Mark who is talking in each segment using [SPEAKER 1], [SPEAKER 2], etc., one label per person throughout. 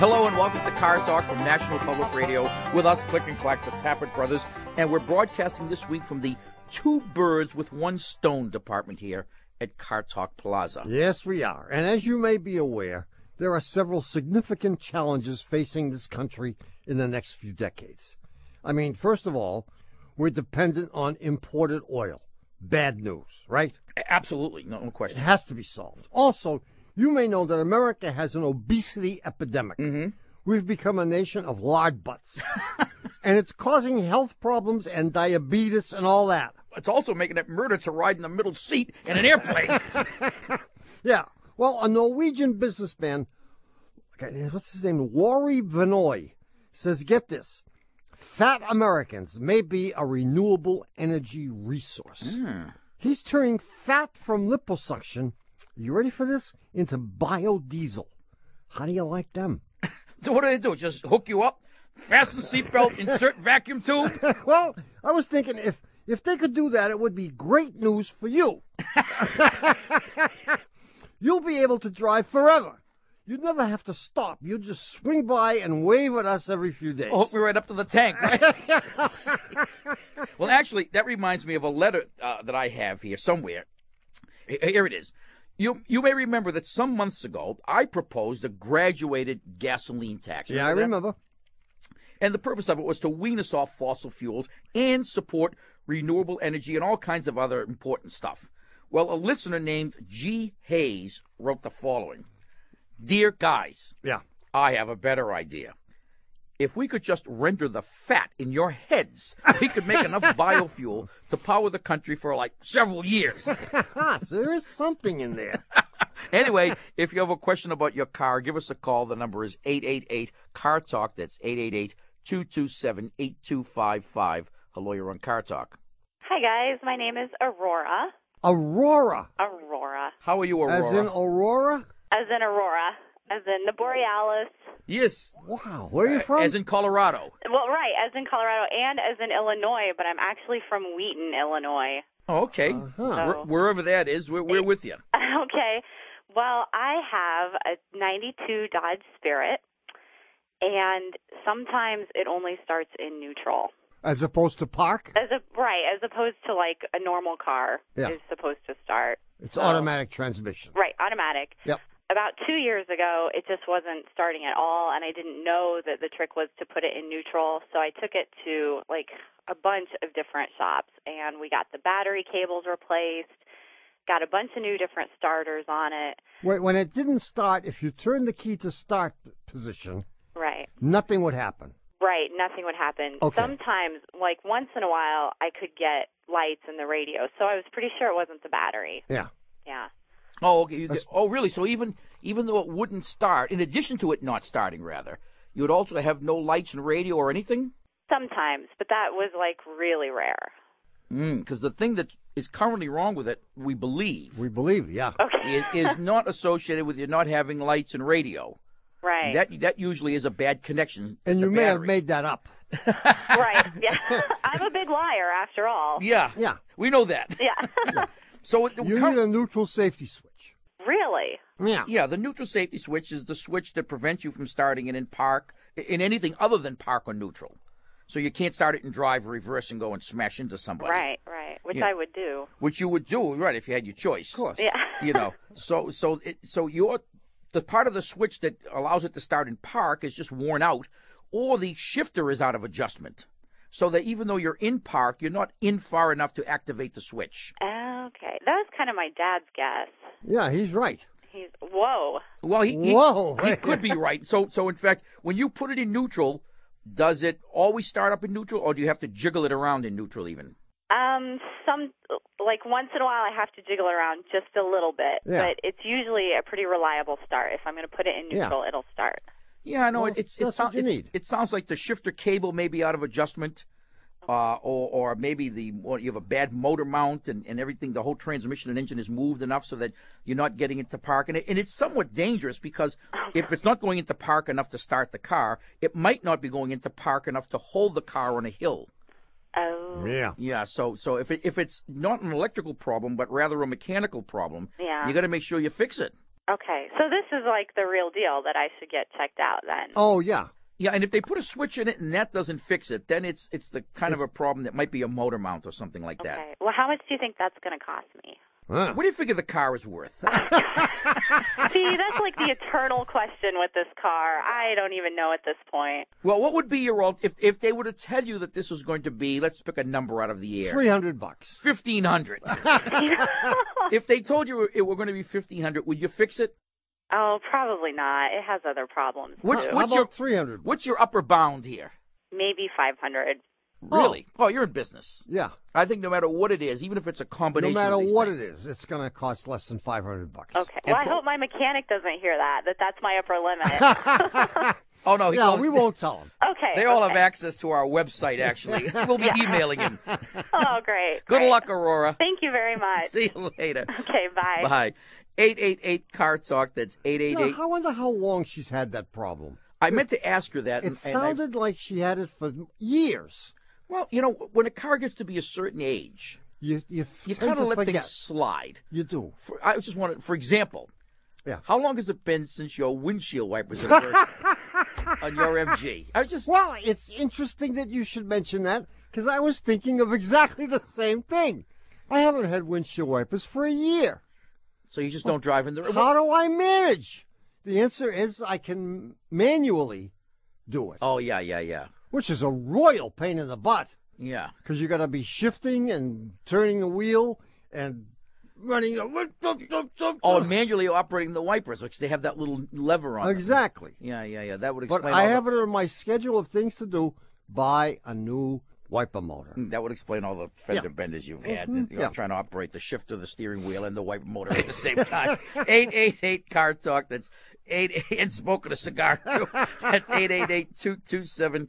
[SPEAKER 1] Hello and welcome to Car Talk from National Public Radio. With us, Click and Clack, the Tappert Brothers, and we're broadcasting this week from the Two Birds with One Stone department here at Car Talk Plaza.
[SPEAKER 2] Yes, we are. And as you may be aware, there are several significant challenges facing this country in the next few decades. I mean, first of all, we're dependent on imported oil. Bad news, right?
[SPEAKER 1] A- Absolutely, no, no
[SPEAKER 2] It
[SPEAKER 1] question.
[SPEAKER 2] has to be solved. Also, you may know that America has an obesity epidemic.
[SPEAKER 1] Mm-hmm.
[SPEAKER 2] We've become a nation of lard butts. and it's causing health problems and diabetes and all that.
[SPEAKER 1] It's also making it murder to ride in the middle seat in an airplane.
[SPEAKER 2] Yeah. Well, a Norwegian businessman, okay, what's his name? Wari Vinoy says, get this. Fat Americans may be a renewable energy resource.
[SPEAKER 1] Hmm.
[SPEAKER 2] He's turning fat from liposuction, you ready for this? Into biodiesel. How do you like them?
[SPEAKER 1] so what do they do? Just hook you up, fasten seatbelt, insert vacuum tube?
[SPEAKER 2] Well, I was thinking if if they could do that, it would be great news for you. You'll be able to drive forever. You'd never have to stop. You'd just swing by and wave at us every few days.
[SPEAKER 1] Hook me right up to the tank, right? well, actually, that reminds me of a letter uh, that I have here somewhere. H- Here it is. You you may remember that some months ago I proposed a graduated gasoline tax.
[SPEAKER 2] yeah, I
[SPEAKER 1] that?
[SPEAKER 2] remember.
[SPEAKER 1] And the purpose of it was to wean us off fossil fuels and support renewable energy and all kinds of other important stuff. Well, a listener named G. Hayes wrote the following Dear guys,
[SPEAKER 2] Yeah.
[SPEAKER 1] I have a better idea. If we could just render the fat in your heads, we could make enough biofuel to power the country for like several years.
[SPEAKER 2] Ah, so there is something in there.
[SPEAKER 1] Anyway, if you have a question about your car, give us a call. The number is 888 Car Talk. That's 888 227 8255. Hello, you're on Car Talk.
[SPEAKER 3] Hi guys, my name is Aurora.
[SPEAKER 2] Aurora,
[SPEAKER 3] Aurora,
[SPEAKER 1] How are you, Aurora?
[SPEAKER 2] as in Aurora.
[SPEAKER 3] as in Aurora, as in the Borealis.
[SPEAKER 1] yes, Uh,
[SPEAKER 2] Wow, where are you from?
[SPEAKER 1] as in Colorado.
[SPEAKER 3] Well, right, as in Colorado and as in Illinois, but I'm actually from Wheaton, Illinois.
[SPEAKER 1] Oh, okay.
[SPEAKER 2] Uh-huh.
[SPEAKER 3] So-
[SPEAKER 1] Wh- wherever that is, we're, we're with you.
[SPEAKER 3] Okay. Well, I have a 92 Dodge Spirit, and sometimes it only starts in neutral.
[SPEAKER 2] As opposed to park,
[SPEAKER 3] As a right, as opposed to like a normal car
[SPEAKER 2] Yeah.
[SPEAKER 3] is supposed to start.
[SPEAKER 1] Oh.
[SPEAKER 2] it's automatic transmission.
[SPEAKER 3] Right, automatic.
[SPEAKER 2] Yep.
[SPEAKER 3] about two years ago, it just wasn't starting at all, and I didn't know that the trick was to put it in neutral. So I took it to like a bunch of different shops, and we got the battery cables replaced, got a bunch of new different starters on it.
[SPEAKER 2] Wait, when it didn't start, if you turn the key to start position,
[SPEAKER 3] Right.
[SPEAKER 2] nothing would happen.
[SPEAKER 3] Right, nothing would happen.
[SPEAKER 2] Okay.
[SPEAKER 3] Sometimes, like once in a while, I could get lights in the radio, so I was pretty sure it wasn't the battery.
[SPEAKER 2] Yeah.
[SPEAKER 3] Yeah.
[SPEAKER 1] Oh, okay. You- oh, really? So even even though it wouldn't start, in addition to it not starting, rather, you would also have no lights and radio or anything?
[SPEAKER 3] Sometimes, but that was like really rare.
[SPEAKER 1] Because Hmm, the thing that is currently wrong with it, we believe,
[SPEAKER 2] We believe, yeah.
[SPEAKER 1] is, is not associated with you not having lights and radio.
[SPEAKER 3] Right.
[SPEAKER 1] That that usually is a bad connection.
[SPEAKER 2] And
[SPEAKER 1] to
[SPEAKER 2] you may have
[SPEAKER 1] battery.
[SPEAKER 2] made that up.
[SPEAKER 3] right. Yeah. I'm a big liar after all.
[SPEAKER 1] Yeah,
[SPEAKER 2] Yeah.
[SPEAKER 1] we know that.
[SPEAKER 3] Yeah.
[SPEAKER 1] So it,
[SPEAKER 2] You
[SPEAKER 1] cur-
[SPEAKER 2] need a neutral safety switch.
[SPEAKER 3] Really?
[SPEAKER 2] Yeah.
[SPEAKER 1] yeah, the neutral safety switch is the switch that prevents you from starting it in park in anything other than park or neutral. So you can't start it in drive, reverse, and go and smash into somebody.
[SPEAKER 3] Right, right. Which
[SPEAKER 1] Yeah.
[SPEAKER 3] I would do.
[SPEAKER 1] Which you would do, right, if you had your choice.
[SPEAKER 2] Of course.
[SPEAKER 3] Yeah.
[SPEAKER 1] you know so so it, so your the part of the switch that allows it to start in park is just worn out or the shifter is out of adjustment so that even though you're in park you're not in far enough to activate the switch
[SPEAKER 3] Okay. That was kind of my dad's guess.
[SPEAKER 2] Yeah, he's right.
[SPEAKER 3] He's whoa.
[SPEAKER 1] well he, he,
[SPEAKER 2] Whoa.
[SPEAKER 1] he could be right so so in fact when you put it in neutral does it always start up in neutral or do you have to jiggle it around in neutral even
[SPEAKER 3] Um some like once in a while I have to jiggle it around just a little bit,
[SPEAKER 2] Yeah.
[SPEAKER 3] but it's usually a pretty reliable start. If I'm going to put it in
[SPEAKER 2] Yeah.
[SPEAKER 3] neutral, it'll start.
[SPEAKER 1] yeah i know
[SPEAKER 2] Well,
[SPEAKER 1] it, it's, it,
[SPEAKER 2] that's what
[SPEAKER 1] sou-
[SPEAKER 2] you
[SPEAKER 1] it-
[SPEAKER 2] need.
[SPEAKER 1] it sounds like the shifter cable may be out of adjustment uh, or, or maybe the or you have a bad motor mount and, and everything. The whole transmission and engine is moved enough so that you're not getting into park, and it, and it's somewhat dangerous because if it's not going into park enough to start the car, it might not be going into park enough to hold the car on a hill.
[SPEAKER 3] Oh.
[SPEAKER 2] Yeah.
[SPEAKER 1] Yeah, so so if it, if it's not an electrical problem but rather a mechanical problem,
[SPEAKER 3] Yeah.
[SPEAKER 1] you got to make sure you fix it.
[SPEAKER 3] Okay, so this is like the real deal that I should get checked out then.
[SPEAKER 2] Oh yeah,
[SPEAKER 1] Yeah, and if they put a switch in it and that doesn't fix it, then it's it's the kind of a problem that might be a motor mount or something like that.
[SPEAKER 3] Okay. Well, how much do you think that's going to cost me?
[SPEAKER 2] Huh.
[SPEAKER 1] What do you figure the car is worth?
[SPEAKER 3] See, that's like the eternal question with this car. I don't even know at this point.
[SPEAKER 1] well, what would be your alt if if they were to tell you that this was going to be? Let's pick a number out of the air.
[SPEAKER 2] three hundred bucks.
[SPEAKER 1] Fifteen hundred. if they told you it were going to be fifteen hundred, would you fix it?
[SPEAKER 3] Oh, probably not. It has other problems.
[SPEAKER 1] What's
[SPEAKER 3] too.
[SPEAKER 2] How
[SPEAKER 1] what's
[SPEAKER 2] about
[SPEAKER 1] your
[SPEAKER 2] three hundred?
[SPEAKER 1] what's your upper bound here?
[SPEAKER 3] Maybe 500.
[SPEAKER 1] Really? Oh, you're in business.
[SPEAKER 2] Yeah.
[SPEAKER 1] I think no matter what it is, even if it's a
[SPEAKER 2] No
[SPEAKER 1] combination.
[SPEAKER 2] matter
[SPEAKER 1] of these
[SPEAKER 2] what
[SPEAKER 1] things,
[SPEAKER 2] it is, it's going to cost less than five hundred bucks.
[SPEAKER 3] Okay. Oh, Well, I
[SPEAKER 1] pro-
[SPEAKER 3] hope my mechanic doesn't hear that, that that's my upper limit.
[SPEAKER 1] Oh no, he
[SPEAKER 2] Yeah,
[SPEAKER 1] won't-
[SPEAKER 2] we won't tell them.
[SPEAKER 3] Okay.
[SPEAKER 1] They all
[SPEAKER 3] okay.
[SPEAKER 1] have access to our website. Actually, we'll be emailing him.
[SPEAKER 3] Oh, great.
[SPEAKER 1] Good
[SPEAKER 3] great.
[SPEAKER 1] luck, Aurora.
[SPEAKER 3] Thank you very much.
[SPEAKER 1] See you later.
[SPEAKER 3] Okay, bye.
[SPEAKER 1] Bye. 888 Car Talk. That's
[SPEAKER 2] You
[SPEAKER 1] 888.
[SPEAKER 2] know, I wonder how long she's had that problem.
[SPEAKER 1] I meant to ask her that.
[SPEAKER 2] It
[SPEAKER 1] and- and I-
[SPEAKER 2] sounded like she had it for years.
[SPEAKER 1] well, you know, when a car gets to be a certain age,
[SPEAKER 2] You you,
[SPEAKER 1] you
[SPEAKER 2] tend
[SPEAKER 1] kind
[SPEAKER 2] to
[SPEAKER 1] of let
[SPEAKER 2] forget.
[SPEAKER 1] things slide.
[SPEAKER 2] You do.
[SPEAKER 1] For, I just wanted, for example,
[SPEAKER 2] Yeah.
[SPEAKER 1] how long has it been since your windshield wipers have worked on your MG? I just,
[SPEAKER 2] Well, it's interesting that you should mention that because I was thinking of exactly the same thing. I haven't had windshield wipers for a year.
[SPEAKER 1] so you just don't drive in the
[SPEAKER 2] How do I manage? The answer is I can manually do it,
[SPEAKER 1] Oh, yeah, yeah, yeah.
[SPEAKER 2] which is a royal pain in the butt
[SPEAKER 1] Yeah.
[SPEAKER 2] because you got to be shifting and turning the wheel and running. The...
[SPEAKER 1] Oh, and manually operating the wipers, because they have that little lever on them.
[SPEAKER 2] exactly.
[SPEAKER 1] Yeah, yeah, yeah. That would explain
[SPEAKER 2] But I
[SPEAKER 1] all the-
[SPEAKER 2] have it on my schedule of things to do. Buy a new wiper motor.
[SPEAKER 1] Mm, That would explain all the fender benders you've had. and, you know,
[SPEAKER 2] Mm-hmm. Yeah.
[SPEAKER 1] Trying to operate the shifter, the steering wheel, and the wiper motor at the same time. 888 Car Talk. That's 8 and smoking a cigar, too. That's 888 227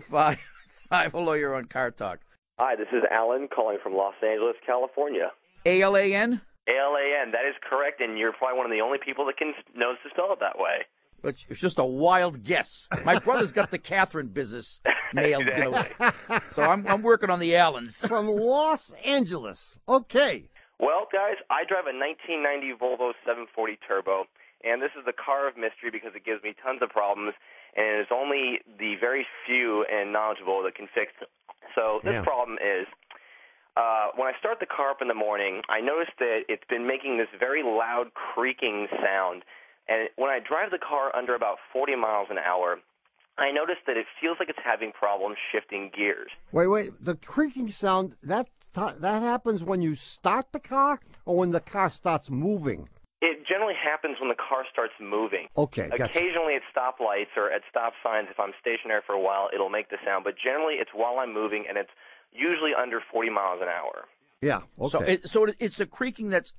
[SPEAKER 1] 8255. Hello, you're on Car Talk.
[SPEAKER 4] Hi, this is Alan calling from Los Angeles, California.
[SPEAKER 1] ALAN?
[SPEAKER 4] L A N, that is correct, and you're probably one of the only people that can knows to spell it that way.
[SPEAKER 1] It's it's just a wild guess. My brother's got the Catherine business nailed. you know. So I'm, I'm working on the Allens.
[SPEAKER 2] From Los Angeles. Okay.
[SPEAKER 4] Well, guys, I drive a 1990 Volvo 740 Turbo, and this is the car of mystery because it gives me tons of problems, and it's only the very few and knowledgeable that can fix it. So this
[SPEAKER 2] Yeah.
[SPEAKER 4] problem is. Uh, when I start the car up in the morning, I notice that it's been making this very loud creaking sound. And when I drive the car under about 40 miles an hour, I notice that it feels like it's having problems shifting gears.
[SPEAKER 2] Wait, wait. The creaking sound that t- that happens when you start the car or when the car starts moving.
[SPEAKER 4] It generally happens when the car starts moving.
[SPEAKER 2] Okay, gotcha.
[SPEAKER 4] Occasionally at stoplights or at stop signs, if I'm stationary for a while, it'll make the sound. But generally, it's while I'm moving, and it's usually under 40 miles an hour.
[SPEAKER 2] Yeah. Okay.
[SPEAKER 1] So, it, so it, it's a creaking that's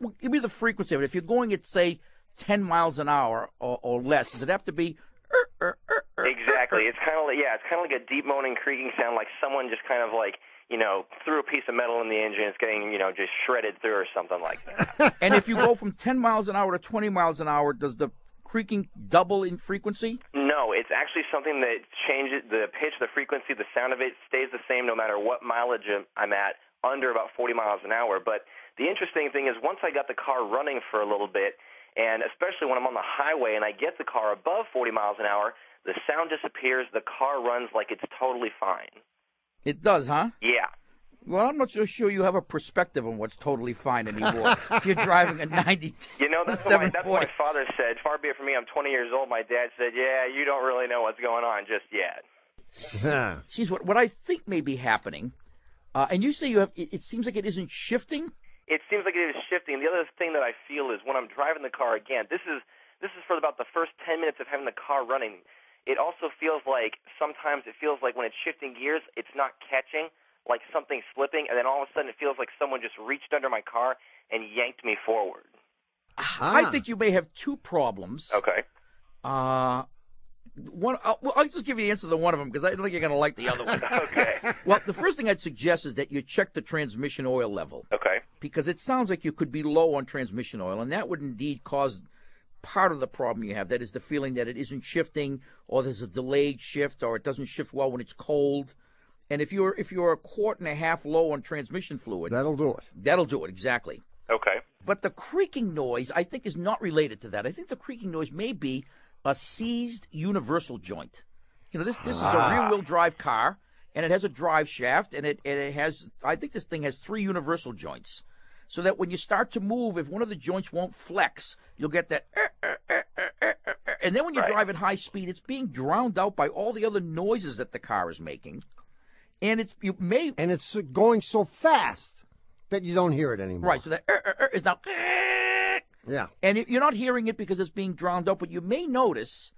[SPEAKER 1] well, give me the frequency of it. If you're going at say ten miles an hour or, or less, does it have to be? "Er, er, er, er, er,
[SPEAKER 4] Exactly.
[SPEAKER 1] er"?
[SPEAKER 4] It's kind of like yeah, it's kind of like a deep moaning, creaking sound, like someone just kind of like you know threw a piece of metal in the engine. It's getting you know just shredded through or something like that.
[SPEAKER 1] And if you go from ten miles an hour to twenty miles an hour, does the creaking double in frequency?
[SPEAKER 4] no, it's actually something that changes the pitch, the frequency, the sound of it stays the same no matter what mileage I'm at, under about 40 miles an hour. But the interesting thing is once I got the car running for a little bit, and especially when I'm on the highway and I get the car above 40 miles an hour, the sound disappears. The car runs like it's totally fine.
[SPEAKER 1] It does, huh?
[SPEAKER 4] Yeah.
[SPEAKER 1] Well, I'm not so sure you have a perspective on what's totally fine anymore. if you're driving a 90,
[SPEAKER 4] You know, that's what, my, that's what
[SPEAKER 1] 740.
[SPEAKER 4] my father said. Far be it from me, I'm 20 years old. My dad said, Yeah, you don't really know what's going on just yet.
[SPEAKER 2] Yeah.
[SPEAKER 1] Geez, what what I think may be happening, uh, and you say you have. It, it seems like it isn't shifting.
[SPEAKER 4] It seems like it is shifting. The other thing that I feel is when I'm driving the car again, this is this is for about the first 10 minutes of having the car running. It also feels like sometimes it feels like when it's shifting gears, it's not catching, like something's slipping, and then all of a sudden it feels like someone just reached under my car and yanked me forward.
[SPEAKER 1] I think you may have two problems.
[SPEAKER 4] Okay.
[SPEAKER 1] Uh, one. Uh, well, I'll just give you the answer to one of them because I don't think you're going to like the other one.
[SPEAKER 4] Okay.
[SPEAKER 1] well, the first thing I'd suggest is that you check the transmission oil level
[SPEAKER 4] okay.
[SPEAKER 1] because it sounds like you could be low on transmission oil, and that would indeed cause part of the problem you have. That is the feeling that it isn't shifting, or there's a delayed shift, or it doesn't shift well when it's cold. And if you're if you're a quart and a half low on transmission fluid,
[SPEAKER 2] That'll do it.
[SPEAKER 1] that'll do it exactly.
[SPEAKER 4] Okay.
[SPEAKER 1] But the creaking noise, I think, is not related to that. I think the creaking noise may be a seized universal joint. You know, this this is
[SPEAKER 2] Ah.
[SPEAKER 1] a rear wheel drive car, and it has a drive shaft, and it and it has. I think this thing has three universal joints, so that when you start to move, if one of the joints won't flex, you'll get that. "Eh, eh, eh, eh, eh, eh, eh." And then when you drive at high speed, it's being drowned out by all the other noises that the car is making, and it's you may
[SPEAKER 2] and it's going so fast that you don't hear it anymore.
[SPEAKER 1] right. So that "Eh, eh, eh," is now. "Eh."
[SPEAKER 2] Yeah.
[SPEAKER 1] And it- you're not hearing it because it's being drowned out, but you may notice,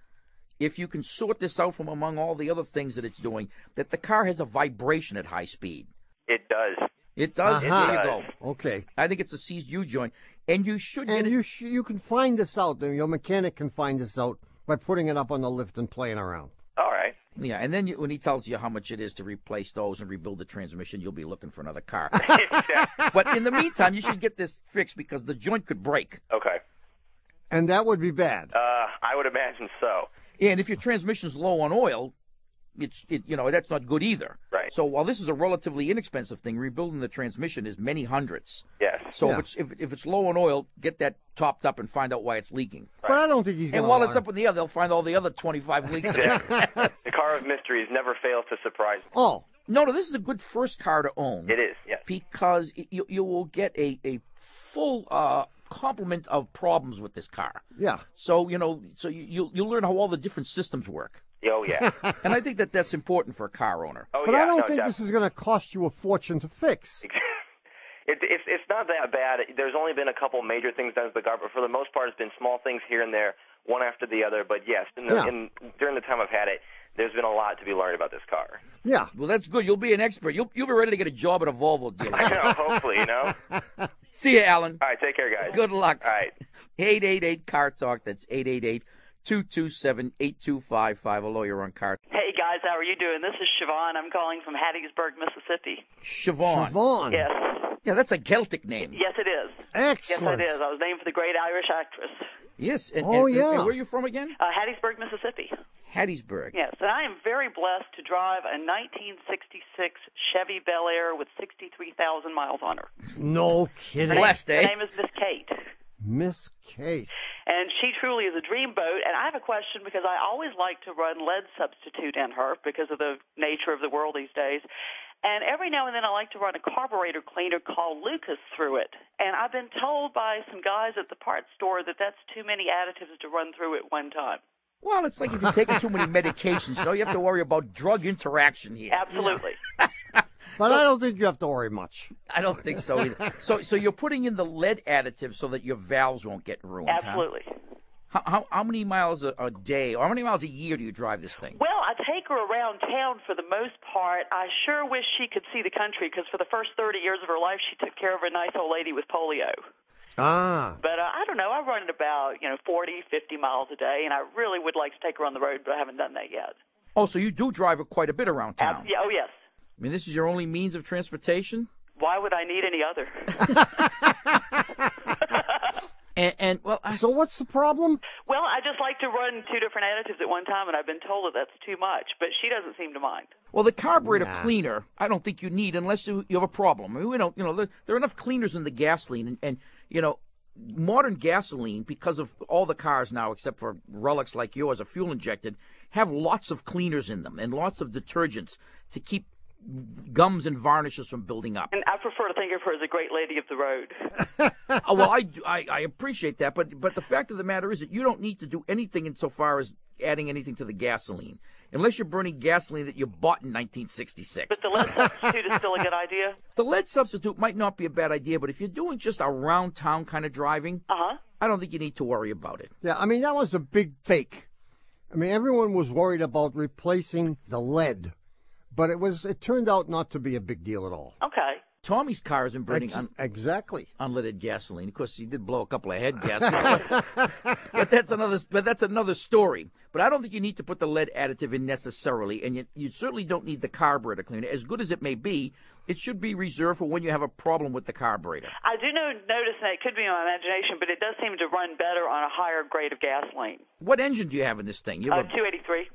[SPEAKER 1] if you can sort this out from among all the other things that it's doing, that the car has a vibration at high speed.
[SPEAKER 4] It does.
[SPEAKER 1] It does.
[SPEAKER 2] Uh-huh.
[SPEAKER 1] There you
[SPEAKER 4] It
[SPEAKER 1] go.
[SPEAKER 4] does.
[SPEAKER 2] Okay.
[SPEAKER 1] I think it's a seized U joint. And you should get
[SPEAKER 2] And
[SPEAKER 1] it.
[SPEAKER 2] you sh- you can find this out. Your mechanic can find this out by putting it up on the lift and playing around.
[SPEAKER 4] All right.
[SPEAKER 1] yeah, and then you, when he tells you how much it is to replace those and rebuild the transmission, you'll be looking for another car. but in the meantime, you should get this fixed because the joint could break.
[SPEAKER 4] Okay.
[SPEAKER 2] And that would be bad.
[SPEAKER 4] Uh, I would imagine so.
[SPEAKER 1] And if your transmission's low on oil, it's it, you know that's not good either.
[SPEAKER 4] Right.
[SPEAKER 1] So while this is a relatively inexpensive thing, rebuilding the transmission is many hundreds.
[SPEAKER 4] Yes.
[SPEAKER 1] So
[SPEAKER 2] Yeah.
[SPEAKER 1] if it's if, if it's low on oil, get that topped up and find out why it's leaking.
[SPEAKER 2] But I don't think he's going
[SPEAKER 1] And
[SPEAKER 2] to.
[SPEAKER 1] while it's up in the air, they'll find all the other 25 leaks. that-
[SPEAKER 4] The car of mysteries never fails to surprise. me.
[SPEAKER 2] Oh,
[SPEAKER 1] no, no, this is a good first car to own.
[SPEAKER 4] It is. Yes.
[SPEAKER 1] Because it- you, you will get a, a full uh, complement of problems with this car.
[SPEAKER 2] yeah.
[SPEAKER 1] So, you know, so you, you'll, you'll learn how all the different systems work.
[SPEAKER 4] Oh yeah.
[SPEAKER 1] And I think that that's important for a car owner.
[SPEAKER 4] Oh
[SPEAKER 2] But
[SPEAKER 4] yeah.
[SPEAKER 2] I don't
[SPEAKER 4] no,
[SPEAKER 2] think
[SPEAKER 4] def-
[SPEAKER 2] this is going to cost you a fortune to fix.
[SPEAKER 4] It, it's it's not that bad. There's only been a couple major things done to the car, but for the most part, it's been small things here and there, one after the other. But yes, in the,
[SPEAKER 2] Yeah.
[SPEAKER 4] in, during the time I've had it, there's been a lot to be learned about this car.
[SPEAKER 2] Yeah.
[SPEAKER 1] Well, that's good. You'll be an expert. You'll, you'll be ready to get a job at a Volvo
[SPEAKER 4] I
[SPEAKER 1] dealer.
[SPEAKER 4] know. Hopefully, you know. All
[SPEAKER 1] See you, Alan.
[SPEAKER 4] right. Take care, guys.
[SPEAKER 1] Good luck.
[SPEAKER 4] All right.
[SPEAKER 1] 888 Car Talk. That's 888 227 8255. A lawyer on Car
[SPEAKER 5] Hey guys, how are you doing? This is Siobhan. I'm calling from Hattiesburg, Mississippi.
[SPEAKER 1] Siobhan.
[SPEAKER 2] Siobhan.
[SPEAKER 5] Yes,
[SPEAKER 1] Yeah, that's a Celtic name.
[SPEAKER 5] yes it is. Yes
[SPEAKER 2] Excellent.
[SPEAKER 5] it is. I was named for the great Irish actress,
[SPEAKER 1] Yes. And,
[SPEAKER 2] Oh,
[SPEAKER 1] and-
[SPEAKER 2] yeah.
[SPEAKER 1] and where are you from again?
[SPEAKER 5] uh, Hattiesburg, Mississippi.
[SPEAKER 1] Hattiesburg.
[SPEAKER 5] Yes, and I am very blessed to drive a 1966 Chevy Bel Air with 63,000 miles on her.
[SPEAKER 2] No kidding.
[SPEAKER 1] Blessed,
[SPEAKER 5] Her
[SPEAKER 1] eh?
[SPEAKER 5] name is Miss Kate.
[SPEAKER 2] Miss Kate.
[SPEAKER 5] And she truly is a dreamboat. And I have a question because I always like to run lead substitute in her because of the nature of the world these days. And every now and then I like to run a carburetor cleaner called Lucas through it. And I've been told by some guys at the parts store that that's too many additives to run through at one time.
[SPEAKER 1] Well, it's like if you're taking too many medications, you know, you have to worry about drug interaction here.
[SPEAKER 5] Absolutely.
[SPEAKER 2] But I don't think you have to worry much.
[SPEAKER 1] I don't think so either. So, so you're putting in the lead additive so that your valves won't get ruined. huh?
[SPEAKER 5] Absolutely.
[SPEAKER 1] How, how, how many miles a, a day or how many miles a year do you drive this thing?
[SPEAKER 5] Well, I take her around town for the most part. I sure wish she could see the country because for the first 30 years of her life, she took care of a nice old lady with polio.
[SPEAKER 2] Ah.
[SPEAKER 5] But uh, I don't know. I run it about you know forty, fifty miles a day, and I really would like to take her on the road, but I haven't done that yet.
[SPEAKER 1] Oh, so you do drive it quite a bit around town.
[SPEAKER 5] Ab- yeah, oh yes.
[SPEAKER 1] I mean, this is your only means of transportation?
[SPEAKER 5] Why would I need any other?
[SPEAKER 1] And, and well, I,
[SPEAKER 2] So what's the problem?
[SPEAKER 5] well, I just like to run two different additives at one time, and I've been told that that's too much. But she doesn't seem to mind.
[SPEAKER 1] well, the carburetor
[SPEAKER 2] Nah.
[SPEAKER 1] cleaner, I don't think you need unless you, you have a problem. I mean, we don't, you know, there, there are enough cleaners in the gasoline, and, and you know, modern gasoline, because of all the cars now, except for relics like yours, are fuel injected, have lots of cleaners in them and lots of detergents to keep gums and varnishes from building up.
[SPEAKER 5] And I prefer to think of her as a great lady of the road.
[SPEAKER 1] Oh, well, I, I I appreciate that, but but the fact of the matter is that you don't need to do anything insofar as adding anything to the gasoline, unless you're burning gasoline that you bought in 1966.
[SPEAKER 5] But the lead substitute is still a good idea.
[SPEAKER 1] The lead substitute might not be a bad idea, but if you're doing just around town kind of driving,
[SPEAKER 5] Uh huh.
[SPEAKER 1] I don't think you need to worry about it.
[SPEAKER 2] Yeah, I mean, that was a big fake. I mean, everyone was worried about replacing the lead, but it was it turned out not to be a big deal at all.
[SPEAKER 5] Okay.
[SPEAKER 1] Tommy's car has been burning
[SPEAKER 2] Ex-
[SPEAKER 1] un-
[SPEAKER 2] exactly.
[SPEAKER 1] unleaded gasoline. Of course, he did blow a couple of head gaskets, but that's another. But that's another story. But I don't think you need to put the lead additive in necessarily, and you, you certainly don't need the carburetor cleaner. As good as it may be, it should be reserved for when you have a problem with the carburetor.
[SPEAKER 5] I do know, notice, and it could be my imagination, but it does seem to run better on a higher grade of gasoline.
[SPEAKER 1] What engine do you have in this thing? You
[SPEAKER 5] Uh,
[SPEAKER 1] have a,
[SPEAKER 5] 283.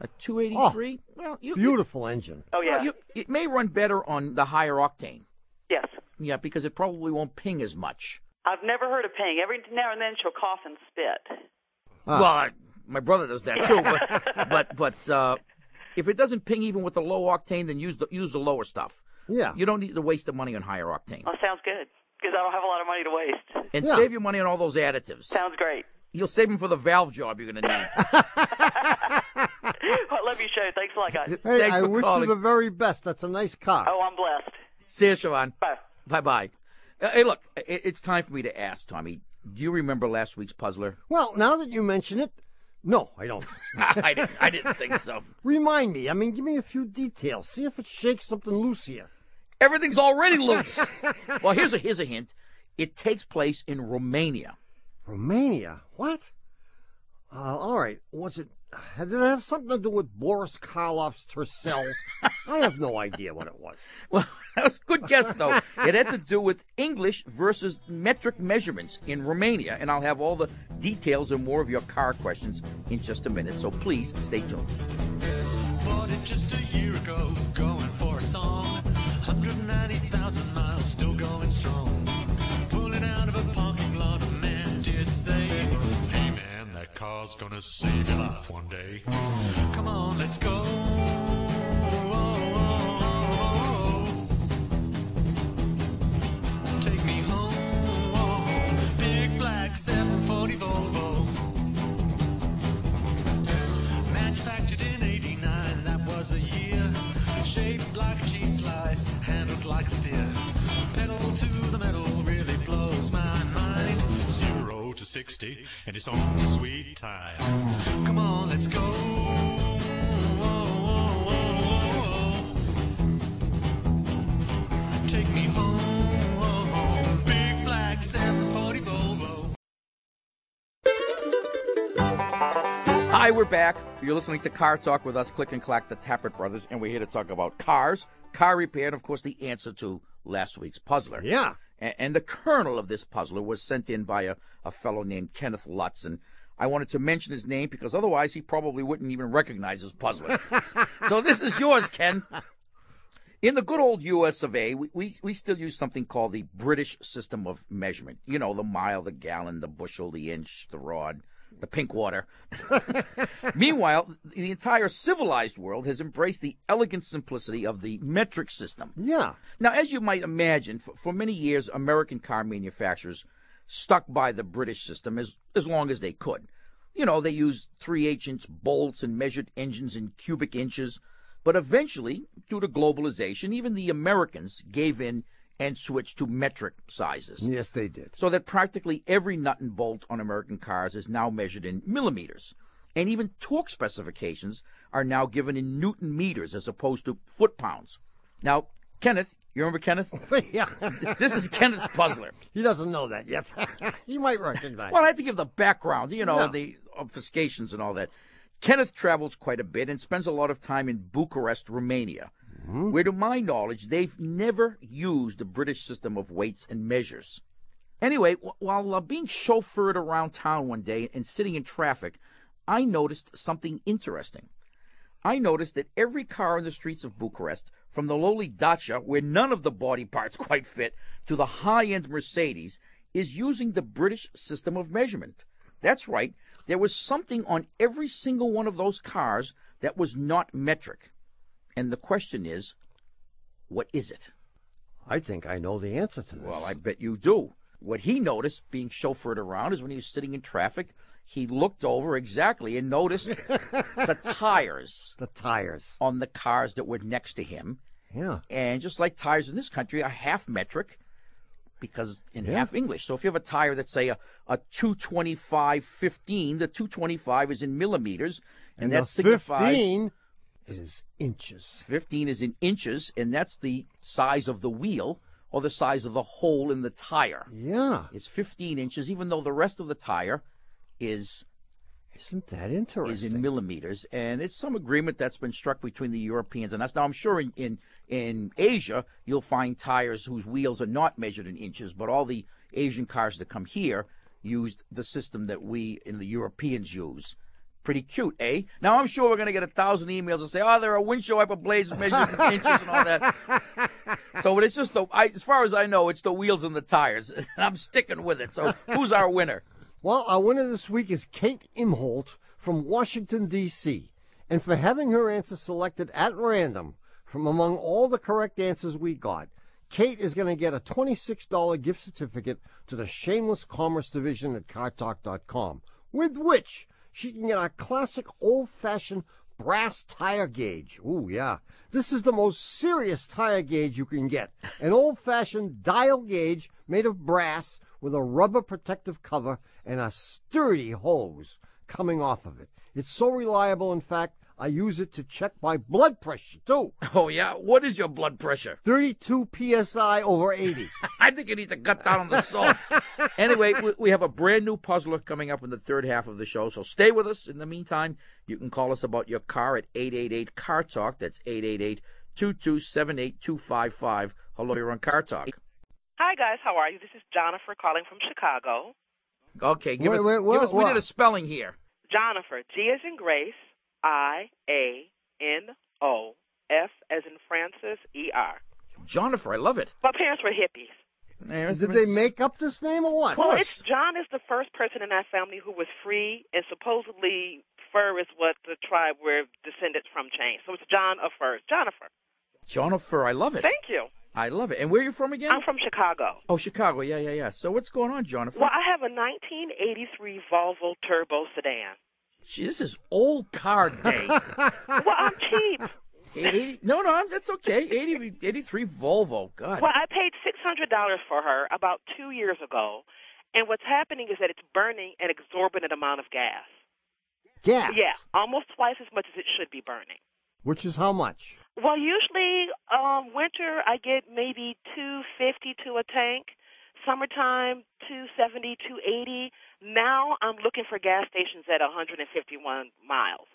[SPEAKER 1] a 283. well, you,
[SPEAKER 2] Oh, Beautiful engine.
[SPEAKER 5] Oh, yeah.
[SPEAKER 1] well, you- it may run better on the higher octane.
[SPEAKER 5] yes.
[SPEAKER 1] Yeah, because it probably won't ping as much.
[SPEAKER 5] I've never heard of ping. Every now and then she'll cough and spit.
[SPEAKER 2] Ah.
[SPEAKER 1] Well, I, my brother does that too. But but, but uh, if it doesn't ping even with the low octane, then use the use the lower stuff.
[SPEAKER 2] Yeah.
[SPEAKER 1] You don't need to waste the money on higher octane,
[SPEAKER 5] Well, sounds good because I don't have a lot of money to waste.
[SPEAKER 1] and
[SPEAKER 2] Yeah.
[SPEAKER 1] save your money on all those additives.
[SPEAKER 5] Sounds great.
[SPEAKER 1] You'll save them for the valve job you're going to need.
[SPEAKER 5] I love your show. Thanks a lot, guys.
[SPEAKER 2] Hey,
[SPEAKER 1] Thanks
[SPEAKER 2] I
[SPEAKER 1] for
[SPEAKER 2] wish
[SPEAKER 1] calling.
[SPEAKER 2] you the very best. That's a nice car.
[SPEAKER 5] Oh, I'm blessed.
[SPEAKER 1] See you, Siobhan.
[SPEAKER 5] Bye.
[SPEAKER 1] Bye bye. Hey, look, i- it's time for me to ask Tommy. Do you remember last week's puzzler?
[SPEAKER 2] Well, now that you mention it, no, I don't.
[SPEAKER 1] I didn't. I didn't think so.
[SPEAKER 2] Remind me. I mean, give me a few details. See if it shakes something loose here.
[SPEAKER 1] Everything's already loose. well, here's a here's a hint. It takes place in Romania.
[SPEAKER 2] Romania? What? Uh, all right. Was it? uh, Did it have something to do with Boris Karloff's Tercel? I have no idea what it was.
[SPEAKER 1] Well, that was a good guess though. it had to do with English versus metric measurements in Romania, and I'll have all the details and more of your car questions in just a minute. So please stay tuned.
[SPEAKER 6] Bought it just a year ago, going for a song. 190,000 miles, still going strong. Pulling out of a parking lot, a man did say, Hey man, that car's gonna save your life one day. Come on, let's go. Take me home, big black 740 Volvo. Manufactured in 89, that was a year. Shaped like a cheese slice, handles like a steer. Pedal to the metal really blows my mind. Zero to 60, and it's on sweet time. Come on, let's go. Take me home, big black 740 Volvo.
[SPEAKER 1] Hi, we're back. You're listening to Car Talk with us, Click and Clack, the Tappert brothers, and we're here to talk about cars, car repair, and of course the answer to last week's puzzler.
[SPEAKER 2] Yeah.
[SPEAKER 1] A- And the kernel of this puzzler was sent in by a, a fellow named Kenneth Lutz. And I wanted to mention his name because otherwise he probably wouldn't even recognize his puzzler. so this is yours, Ken. In the good old US of A, we, we, we still use something called the British system of measurement. You know, the mile, the gallon, the bushel, the inch, the rod, the pink water. Meanwhile, the entire civilized world has embraced the elegant simplicity of the metric system.
[SPEAKER 2] Yeah.
[SPEAKER 1] Now, as you might imagine, for, for many years, American car manufacturers stuck by the British system as, as long as they could. You know, they used three eighths inch bolts and measured engines in cubic inches. But eventually, due to globalization, even the Americans gave in and switched to metric sizes
[SPEAKER 2] Yes, they did.
[SPEAKER 1] so that practically every nut and bolt on American cars is now measured in millimeters. And even torque specifications are now given in Newton meters as opposed to foot pounds. Now, Kenneth, you remember Kenneth?
[SPEAKER 2] yeah.
[SPEAKER 1] this is Kenneth's puzzler.
[SPEAKER 2] he doesn't know that yet. he might recognize.
[SPEAKER 1] Well, I have to give the background, you know,
[SPEAKER 2] Yeah.
[SPEAKER 1] the obfuscations and all that. Kenneth travels quite a bit and spends a lot of time in Bucharest, Romania, where, to my knowledge, they've never used the British system of weights and measures. Anyway, wh- while uh, being chauffeured around town one day and sitting in traffic, I noticed something interesting. I noticed that every car in the streets of Bucharest, from the lowly Dacia, where none of the body parts quite fit, to the high end Mercedes, is using the British system of measurement. That's right, there was something on every single one of those cars that was not metric. And the question is, what is it?
[SPEAKER 2] I think I know the answer to this.
[SPEAKER 1] Well, I bet you do. What he noticed being chauffeured around is when he was sitting in traffic, he looked over exactly and noticed the tires
[SPEAKER 2] the tires.
[SPEAKER 1] on the cars that were next to him.
[SPEAKER 2] Yeah.
[SPEAKER 1] And just like tires in this country are half metric because in half English. So if you have a tire that's say a, a 225 15, the 225 is in millimeters and,
[SPEAKER 2] And
[SPEAKER 1] that
[SPEAKER 2] the
[SPEAKER 1] signifies
[SPEAKER 2] 15 is inches.
[SPEAKER 1] 15 is in inches and that's the size of the wheel or the size of the hole in the tire.
[SPEAKER 2] Yeah.
[SPEAKER 1] It's 15 inches even though the rest of the tire is
[SPEAKER 2] Isn't that
[SPEAKER 1] is
[SPEAKER 2] interesting?
[SPEAKER 1] in millimeters, and it's some agreement that's been struck between the Europeans and us. Now, I'm sure in in, in Asia you'll find tires whose wheels are not measured in inches, but all the Asian cars that come here used the system that we and the Europeans use, pretty cute, eh? Now I'm sure we're going to get a thousand emails and say, oh, there are windshield wiper blades measured in inches and all that. So it's just the, I, as far as I know, it's the wheels and the tires, and I'm sticking with it. So who's our winner?
[SPEAKER 2] Well, our winner this week is Kate Imholt from Washington, D.C., and for having her answer selected at random from among all the correct answers we got. Kate is going to get a $26 gift certificate to the Shameless Commerce Division at CarTalk.com, with which she can get a classic old fashioned brass tire gauge. Ooh, yeah. This is the most serious tire gauge you can get an old fashioned dial gauge made of brass with a rubber protective cover and a sturdy hose coming off of it. It's so reliable, in fact, I use it to check my blood pressure too.
[SPEAKER 1] Oh yeah, what is your blood pressure?
[SPEAKER 2] 32 psi over 80.
[SPEAKER 1] I think you need to cut down on the salt. anyway, we, we have a brand new puzzler coming up in the third half of the show, so stay with us. In the meantime, you can call us about your car at 888 Car Talk. That's 888 2278 255. Hello, you're on Car Talk.
[SPEAKER 7] Hi guys, how are you? This is Jennifer calling from Chicago.
[SPEAKER 1] Okay, give
[SPEAKER 2] Wait,
[SPEAKER 1] us,
[SPEAKER 2] wait,
[SPEAKER 1] give
[SPEAKER 2] what-
[SPEAKER 1] us we
[SPEAKER 2] what?
[SPEAKER 1] did a spelling here.
[SPEAKER 7] Jennifer, G as in Grace, I A N O F as in Francis, E R.
[SPEAKER 1] Jennifer, I love it.
[SPEAKER 7] My parents were hippies.
[SPEAKER 2] Did they make up this name or what?
[SPEAKER 1] Well,
[SPEAKER 7] Well,
[SPEAKER 1] Us.
[SPEAKER 7] it's John is the first person in our family who was free, and supposedly fur is what the tribe we're descended from changed. So it's John of Furs. Jennifer,
[SPEAKER 1] Jennifer, I love it.
[SPEAKER 7] thank you.
[SPEAKER 1] I love it. And where are you from again?
[SPEAKER 7] I'm from Chicago.
[SPEAKER 1] oh, Chicago. Yeah, yeah, yeah. So what's going on, Jennifer?
[SPEAKER 7] Well, I have a 1983 Volvo turbo sedan.
[SPEAKER 1] Gee, this is old car day.
[SPEAKER 7] Well, I'm cheap.
[SPEAKER 1] 80, no, no, that's okay. 80, 83 Volvo. God.
[SPEAKER 7] Well, I paid six hundred dollars for her about two years ago, and what's happening is that it's burning an exorbitant amount of gas.
[SPEAKER 2] Gas.
[SPEAKER 7] Yeah, almost twice as much as it should be burning.
[SPEAKER 2] Which is how much?
[SPEAKER 7] Well, usually um, winter I get maybe two fifty to a tank. Summertime two seventy, two eighty. Now I'm looking for gas stations at one hundred and fifty one miles.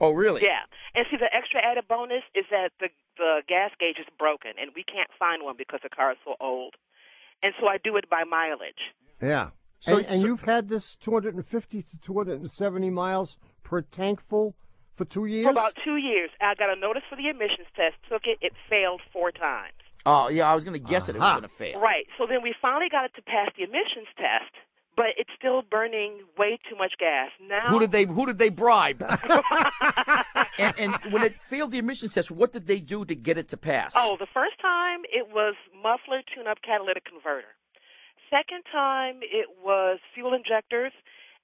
[SPEAKER 1] Oh, really?
[SPEAKER 7] Yeah, and see the extra added bonus is that the the gas gauge is broken and we can't find one because the car is so old, and so I do it by mileage.
[SPEAKER 2] Yeah.
[SPEAKER 1] So-
[SPEAKER 2] and and
[SPEAKER 1] so-
[SPEAKER 2] you've had this 250 to 270 miles per tankful for two years?
[SPEAKER 7] For about two years, I got a notice for the emissions test. Took it. It failed four times.
[SPEAKER 1] Oh, yeah, I was going to guess it. It was
[SPEAKER 2] Aha.
[SPEAKER 1] going to fail.
[SPEAKER 7] Right. So then we finally got it to pass the emissions test, but it's still burning way too much gas. Now
[SPEAKER 1] Who did they Who did they bribe? and, and when it failed the emissions test, what did they do to get it to pass?
[SPEAKER 7] Oh, the first time it was muffler tune-up catalytic converter. Second time it was fuel injectors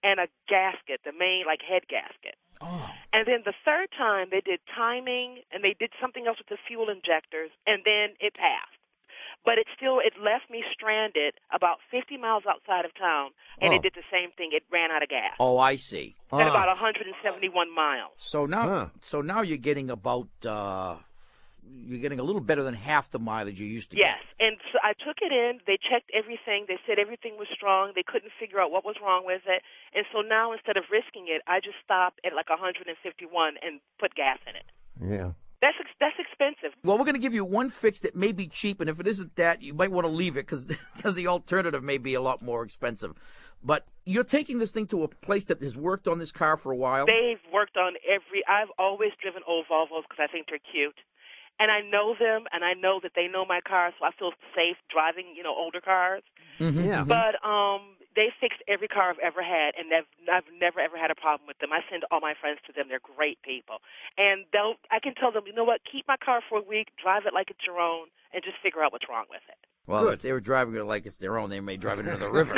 [SPEAKER 7] and a gasket, the main like head gasket.
[SPEAKER 1] Oh.
[SPEAKER 7] And then the third time they did timing and they did something else with the fuel injectors and then it passed. But it still it left me stranded about 50 miles outside of town and
[SPEAKER 2] Oh.
[SPEAKER 7] it did the same thing. It ran out of gas
[SPEAKER 1] Oh, I see. Uh,
[SPEAKER 7] at
[SPEAKER 2] Ah.
[SPEAKER 7] about 171 miles.
[SPEAKER 1] So now,
[SPEAKER 2] Huh.
[SPEAKER 1] so now you're getting about uh, you're getting a little better than half the mileage you used to
[SPEAKER 7] Yes, and so I took it in. They checked everything. They said everything was strong. They couldn't figure out what was wrong with it. And so now instead of risking it, I just stopped at like 151 and put gas in it.
[SPEAKER 2] Yeah.
[SPEAKER 7] That's ex- that's expensive.
[SPEAKER 1] Well, we're going to give you one fix that may be cheap, and if it isn't that, you might want to leave it because the alternative may be a lot more expensive. But you're taking this thing to a place that has worked on this car for a while.
[SPEAKER 7] They've worked on every. I've always driven old Volvos because I think they're cute, and I know them, and I know that they know my car, so I feel safe driving. You know, older cars.
[SPEAKER 1] Mm-hmm.
[SPEAKER 2] Yeah.
[SPEAKER 7] But um, they fixed every car I've ever had, and they've, I've never ever had a problem with them. I send all my friends to them; they're great people, and they'll. I can tell them, you know what? Keep my car for a week, drive it like it's your own, and just figure out what's wrong with it.
[SPEAKER 1] well,
[SPEAKER 2] good.
[SPEAKER 1] if they were driving it like it's their own, they may drive it into the river.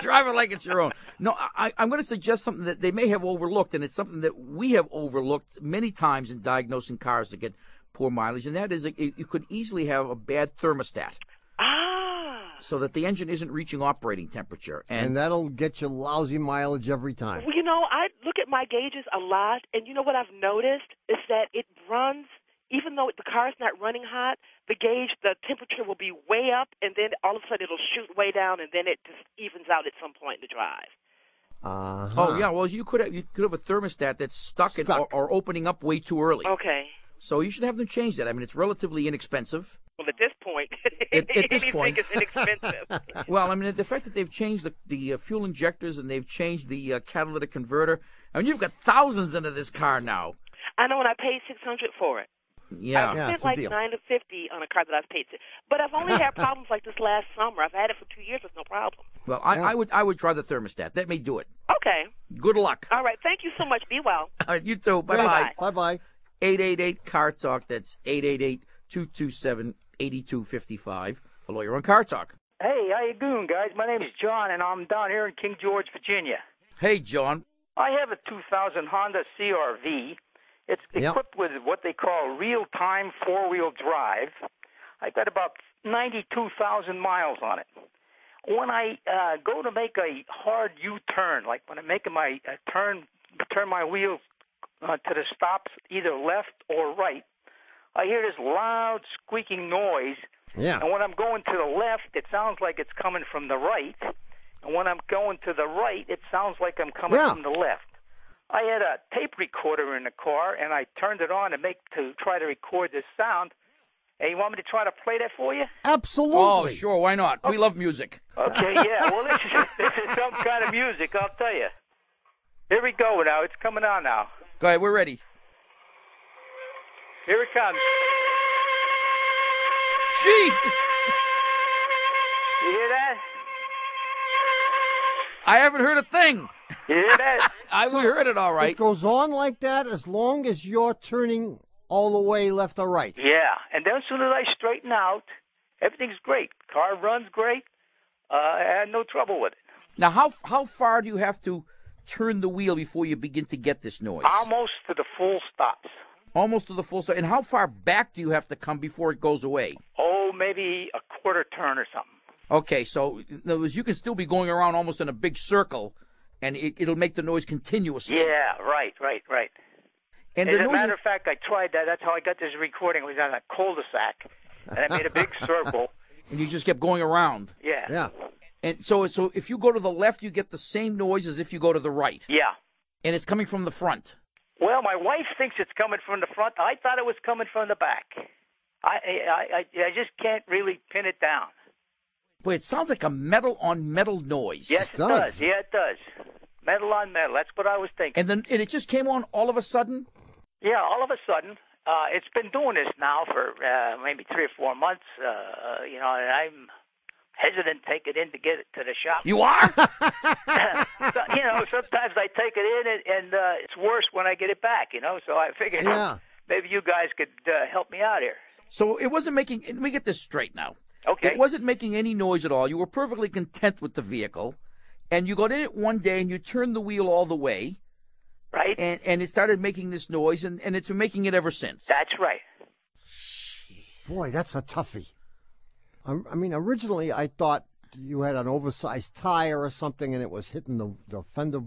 [SPEAKER 1] drive it like it's your own. No, I, I'm going to suggest something that they may have overlooked, and it's something that we have overlooked many times in diagnosing cars that get poor mileage, and that is it, you could easily have a bad thermostat
[SPEAKER 7] Ah,
[SPEAKER 1] so that the engine isn't reaching operating temperature.
[SPEAKER 2] And that'll get you lousy mileage every time.
[SPEAKER 7] well, you know, I look at my gauges a lot, and you know what I've noticed is that it runs. Even though the car's not running hot, the gauge, the temperature will be way up, and then all of a sudden it'll shoot way down, and then it just evens out at some point in the drive.
[SPEAKER 2] Uh-huh.
[SPEAKER 1] Oh yeah, well you could have, you could have a thermostat that's stuck, and-
[SPEAKER 2] Stuck.
[SPEAKER 1] or, or opening up way too early.
[SPEAKER 7] Okay.
[SPEAKER 1] So you should have them change that. I mean, it's relatively inexpensive.
[SPEAKER 7] Well, at this point,
[SPEAKER 1] At- at this
[SPEAKER 7] anything
[SPEAKER 1] point.
[SPEAKER 7] is inexpensive.
[SPEAKER 1] Well, I mean, the fact that they've changed the, the uh, fuel injectors and they've changed the uh, catalytic converter. I mean, you've got thousands into this car now.
[SPEAKER 7] I know, and I paid six hundred for it.
[SPEAKER 1] Yeah.
[SPEAKER 2] Yeah,
[SPEAKER 7] spent
[SPEAKER 2] it's a
[SPEAKER 7] like
[SPEAKER 2] deal.
[SPEAKER 7] nine to fifty on a car that I've paid. si- But I've only had problems like this last summer. I've had it for two years with no problem.
[SPEAKER 1] Well, I, I would I would try the thermostat. That may do it.
[SPEAKER 7] Okay.
[SPEAKER 1] Good luck.
[SPEAKER 7] All right. Thank you so much. Be well.
[SPEAKER 1] All right, you too. Bye bye.
[SPEAKER 2] Bye bye.
[SPEAKER 1] 888 Car Talk. That's 888 227 8255. A lawyer on Car Talk.
[SPEAKER 8] Hey, how you doing, guys? My name is John, and I'm down here in King George, Virginia.
[SPEAKER 1] Hey, John.
[SPEAKER 8] I have a 2000 Honda CRV. It's
[SPEAKER 2] Yep.
[SPEAKER 8] equipped with what they call real-time four-wheel drive. I've got about 92,000 miles on it. When I uh, go to make a hard U-turn, like when I'm making my uh, turn, turn my wheels uh, to the stops, either left or right, I hear this loud squeaking noise
[SPEAKER 2] Yeah.
[SPEAKER 8] and when I'm going to the left, it sounds like it's coming from the right. And when I'm going to the right, it sounds like I'm coming
[SPEAKER 2] Yeah.
[SPEAKER 8] from the left. I had a tape recorder in the car, and I turned it on to make to try to record this sound. And you want me to try to play that for you?
[SPEAKER 2] Absolutely.
[SPEAKER 1] Oh, sure. Why not? We love music.
[SPEAKER 8] Okay, yeah. Well, this is, this is some kind of music, I'll tell you. Here we go now. It's coming on now.
[SPEAKER 1] Go ahead. We're ready.
[SPEAKER 8] Here it comes.
[SPEAKER 1] Jesus.
[SPEAKER 8] You hear that?
[SPEAKER 1] I haven't heard a thing.
[SPEAKER 8] You hear that?
[SPEAKER 1] I we heard it all
[SPEAKER 2] It
[SPEAKER 1] right.
[SPEAKER 2] goes on like that as long as you're turning all the way left or right.
[SPEAKER 8] Yeah, and then as soon as I straighten out, everything's great. Car runs great. Uh, I had no trouble with it.
[SPEAKER 1] Now, how how far do you have to turn the wheel before you begin to get this noise?
[SPEAKER 8] Almost to the full stops.
[SPEAKER 1] Almost to the full stop. And how far back do you have to come before it goes away?
[SPEAKER 8] Oh, maybe a quarter turn or something.
[SPEAKER 1] Okay, so in other words, you can still be going around almost in a big circle, and it, it'll make the noise continuously.
[SPEAKER 8] Yeah, right, right, right.
[SPEAKER 1] And
[SPEAKER 8] As
[SPEAKER 1] the
[SPEAKER 8] a
[SPEAKER 1] noise
[SPEAKER 8] matter of fact, I tried that. That's how I got this recording. It was on a cul-de-sac, and I made a big circle.
[SPEAKER 1] and you just kept going around.
[SPEAKER 8] Yeah,
[SPEAKER 2] Yeah.
[SPEAKER 1] And so, so if you go to the left, you get the same noise as if you go to the right,
[SPEAKER 8] yeah.
[SPEAKER 1] and it's coming from the front.
[SPEAKER 8] Well, my wife thinks it's coming from the front. I thought it was coming from the back. I, I, I, I just can't really pin it down.
[SPEAKER 1] But it sounds like a metal on metal noise.
[SPEAKER 8] Yes,
[SPEAKER 2] It
[SPEAKER 8] it
[SPEAKER 2] does.
[SPEAKER 8] does. Yeah, it does. Metal on metal. That's what I was thinking.
[SPEAKER 1] And then and it just came on all of a sudden.
[SPEAKER 8] yeah, all of a sudden, uh, it's been doing this now for uh, maybe three or four months. Uh, you know, and I'm hesitant to take it in to get it to the shop.
[SPEAKER 1] You are.
[SPEAKER 8] So, you know, sometimes I take it in and, and uh, it's worse when I get it back. You know, so I figured
[SPEAKER 2] Yeah.
[SPEAKER 8] maybe you guys could uh, help me out here.
[SPEAKER 1] so it wasn't making. Let me get this straight now.
[SPEAKER 8] Okay.
[SPEAKER 1] It wasn't making any noise at all. You were perfectly content with the vehicle, and you got in it one day and you turned the wheel all the way,
[SPEAKER 8] right.
[SPEAKER 1] and and it started making this noise, and and it's been making it ever since.
[SPEAKER 8] That's right.
[SPEAKER 2] Boy, that's a toughie. Um, I, I mean, originally I thought you had an oversized tire or something and it was hitting the, the fender.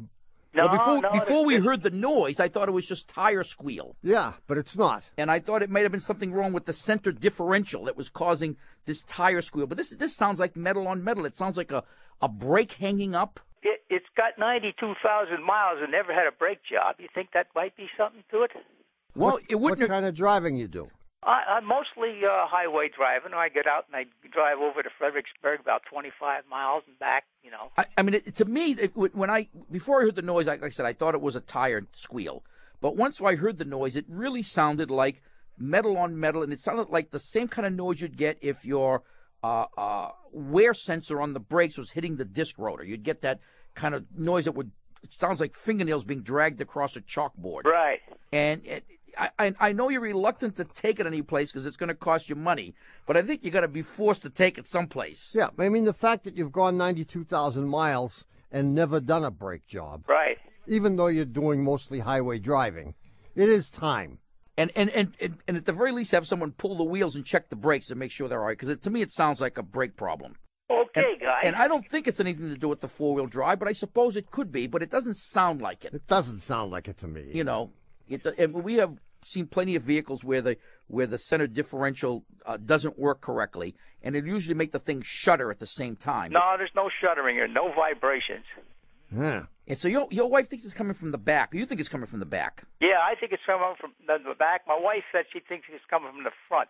[SPEAKER 8] No,
[SPEAKER 1] well, before
[SPEAKER 8] no,
[SPEAKER 1] before
[SPEAKER 8] it's-
[SPEAKER 1] we
[SPEAKER 8] it's-
[SPEAKER 1] heard the noise, I thought it was just tire squeal,
[SPEAKER 2] Yeah, but it's not.
[SPEAKER 1] and I thought it might have been something wrong with the center differential that was causing this tire squeal. But this this sounds like metal on metal. It sounds like a a brake hanging up.
[SPEAKER 8] It, it's got 92,000 miles and never had a brake job. You think that might be something to it?
[SPEAKER 1] Well, it
[SPEAKER 2] What
[SPEAKER 1] wouldn't.
[SPEAKER 2] kind of driving you do?
[SPEAKER 8] I, I'm mostly uh, highway driving. I get out and I drive over to Fredericksburg about 25 miles and back, you know.
[SPEAKER 1] I, I mean, it, to me, it, when I before I heard the noise, like I said, I thought it was a tire squeal. But once I heard the noise, it really sounded like metal on metal, and it sounded like the same kind of noise you'd get if your uh, uh, wear sensor on the brakes was hitting the disc rotor. You'd get that kind of noise that would it sounds like fingernails being dragged across a chalkboard.
[SPEAKER 8] Right.
[SPEAKER 1] And it, I, I I know you're reluctant to take it anyplace because it's going to cost you money, but I think you're going to be forced to take it someplace.
[SPEAKER 2] Yeah, I mean, the fact that you've gone 92,000 miles and never done a brake job,
[SPEAKER 8] Right.
[SPEAKER 2] even though you're doing mostly highway driving, it is time.
[SPEAKER 1] and and, and and and at the very least have someone pull the wheels and check the brakes and make sure they're all right because to me it sounds like a brake problem
[SPEAKER 8] Okay, guys.
[SPEAKER 1] and i don't think it's anything to do with the four-wheel drive but i suppose it could be but it doesn't sound like it
[SPEAKER 2] It doesn't sound like it to me.
[SPEAKER 1] you know it, and we have seen plenty of vehicles where the where the center differential uh, doesn't work correctly and it usually make the thing shudder at the same time
[SPEAKER 8] No, there's no shuddering or no vibrations.
[SPEAKER 2] Yeah.
[SPEAKER 1] and so your your wife thinks it's coming from the back you think it's coming from the back
[SPEAKER 8] Yeah, I think it's coming from the the back. My wife said she thinks it's coming from the front.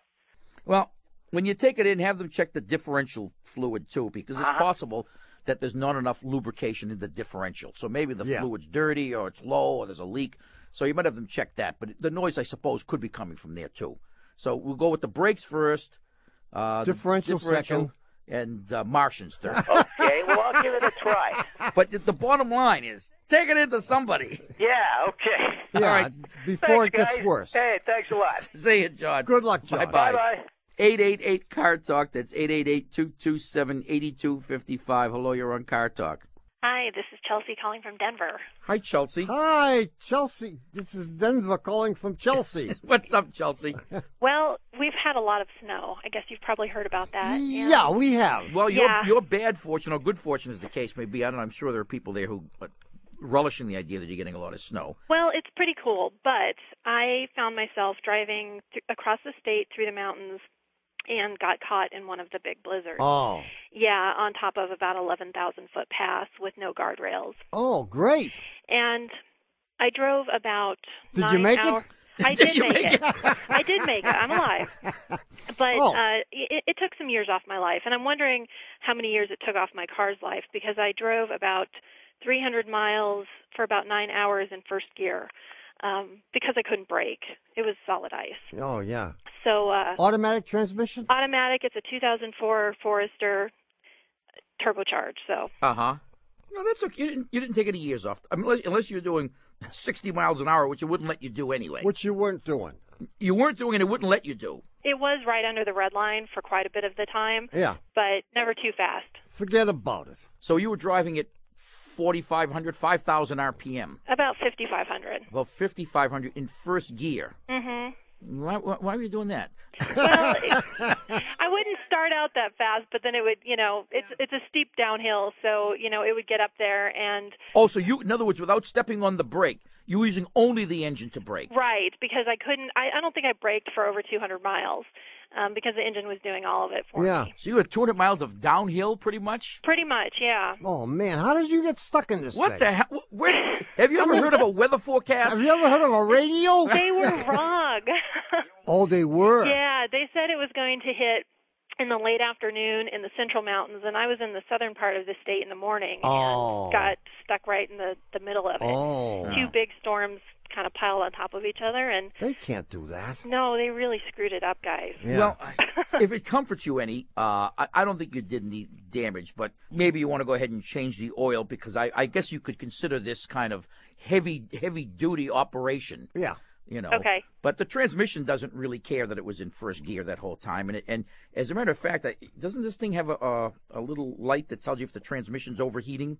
[SPEAKER 1] Well, when you take it in, have them check the differential fluid too, because
[SPEAKER 8] Uh-huh.
[SPEAKER 1] it's possible that there's not enough lubrication in the differential. So maybe the
[SPEAKER 2] Yeah.
[SPEAKER 1] fluid's dirty or it's low or there's a leak. So you might have them check that. But the noise, I suppose, could be coming from there too. So we'll go with the brakes first. Uh, the
[SPEAKER 2] Differential second.
[SPEAKER 1] And uh, Martians third.
[SPEAKER 8] Okay, well I'll give it a try.
[SPEAKER 1] but the bottom line is take it into somebody.
[SPEAKER 8] Yeah, okay.
[SPEAKER 2] Yeah,
[SPEAKER 1] right.
[SPEAKER 2] before it
[SPEAKER 8] Thanks,
[SPEAKER 2] gets
[SPEAKER 8] guys.
[SPEAKER 2] worse.
[SPEAKER 8] Hey, thanks a lot.
[SPEAKER 1] Say it, John.
[SPEAKER 2] Good luck, John.
[SPEAKER 1] Bye-bye.
[SPEAKER 8] Bye bye.
[SPEAKER 1] 888 Car Talk. That's 888 227 8255. Hello, you're on Car Talk.
[SPEAKER 9] Hi, this is Chelsea calling from Denver.
[SPEAKER 1] Hi, Chelsea.
[SPEAKER 2] Hi, Chelsea. This is Denver calling from Chelsea.
[SPEAKER 1] What's up, Chelsea?
[SPEAKER 9] Well, we've had a lot of snow. I guess you've probably heard about that. and-
[SPEAKER 2] yeah, we have.
[SPEAKER 1] Well, your,
[SPEAKER 9] Yeah.
[SPEAKER 1] your bad fortune or good fortune, as the case may be, I don't know. I'm sure there are people there who uh, relish in the idea that you're getting a lot of snow.
[SPEAKER 9] Well, it's pretty cool, but I found myself driving th- across the state through the mountains and got caught in one of the big blizzards.
[SPEAKER 2] Oh,
[SPEAKER 9] Yeah, on top of about 11,000 foot pass with no guardrails.
[SPEAKER 2] oh, great.
[SPEAKER 9] And I drove about
[SPEAKER 2] Did
[SPEAKER 9] nine
[SPEAKER 2] you make it?
[SPEAKER 9] hour- I
[SPEAKER 1] Did
[SPEAKER 9] did
[SPEAKER 1] you
[SPEAKER 9] make,
[SPEAKER 1] make
[SPEAKER 9] it. I did make it. I'm alive. But
[SPEAKER 2] Oh.
[SPEAKER 9] uh, it, it took some years off my life, and I'm wondering how many years it took off my car's life because I drove about 300 miles for about nine hours in first gear um, because I couldn't brake. It was solid ice.
[SPEAKER 2] Oh, yeah.
[SPEAKER 9] So uh,
[SPEAKER 2] Automatic transmission.
[SPEAKER 9] automatic. It's a 2004 Forester turbocharged. So
[SPEAKER 1] Uh huh. No, that's okay. You didn't, you didn't take any years off, unless, unless you're doing 60 miles an hour, which it wouldn't let you do anyway.
[SPEAKER 2] Which you weren't doing.
[SPEAKER 1] you weren't doing, and it wouldn't let you do.
[SPEAKER 9] it was right under the red line for quite a bit of the time,
[SPEAKER 2] Yeah,
[SPEAKER 9] but never too fast.
[SPEAKER 2] forget about it.
[SPEAKER 1] So you were driving at 4,500, 5,000 RPM,
[SPEAKER 9] About 5,500.
[SPEAKER 1] about 5,500 in first gear.
[SPEAKER 9] hmm
[SPEAKER 1] Why, why, why were you doing that?
[SPEAKER 9] Well, it, I wouldn't start out that fast, but then it would, you know, it's it's a steep downhill, so you know it would get up there and
[SPEAKER 1] Oh, so you, in other words, without stepping on the brake, you were using only the engine to brake.
[SPEAKER 9] right because I couldn't. I, I don't think I braked for over 200 miles um, because the engine was doing all of it for
[SPEAKER 2] Yeah.
[SPEAKER 9] me.
[SPEAKER 1] So you had 200 miles of downhill, pretty much.
[SPEAKER 9] Pretty much, yeah.
[SPEAKER 2] Oh man, how did you get stuck in this
[SPEAKER 1] What
[SPEAKER 2] thing?
[SPEAKER 1] the hell? Where, have you ever heard of a weather forecast?
[SPEAKER 2] Have you ever heard of a radio?
[SPEAKER 9] They were wrong.
[SPEAKER 2] oh, they were.
[SPEAKER 9] yeah, they said it was going to hit in the late afternoon in the central mountains, and I was in the southern part of the state in the morning
[SPEAKER 2] Oh.
[SPEAKER 9] and got stuck right in the the middle of it.
[SPEAKER 2] Oh,
[SPEAKER 9] Two big storms kind of piled on top of each other, and
[SPEAKER 2] they can't do that.
[SPEAKER 9] No, they really screwed it up, guys.
[SPEAKER 2] Yeah.
[SPEAKER 1] Well, I- if it comforts you any, uh, I, I don't think you did any damage, but maybe you want to go ahead and change the oil because I, I guess you could consider this kind of heavy, heavy duty operation.
[SPEAKER 2] yeah.
[SPEAKER 1] you know.
[SPEAKER 9] Okay.
[SPEAKER 1] But the transmission doesn't really care that it was in first gear that whole time, and it, and as a matter of fact, I, doesn't this thing have a, a a little light that tells you if the transmission's overheating?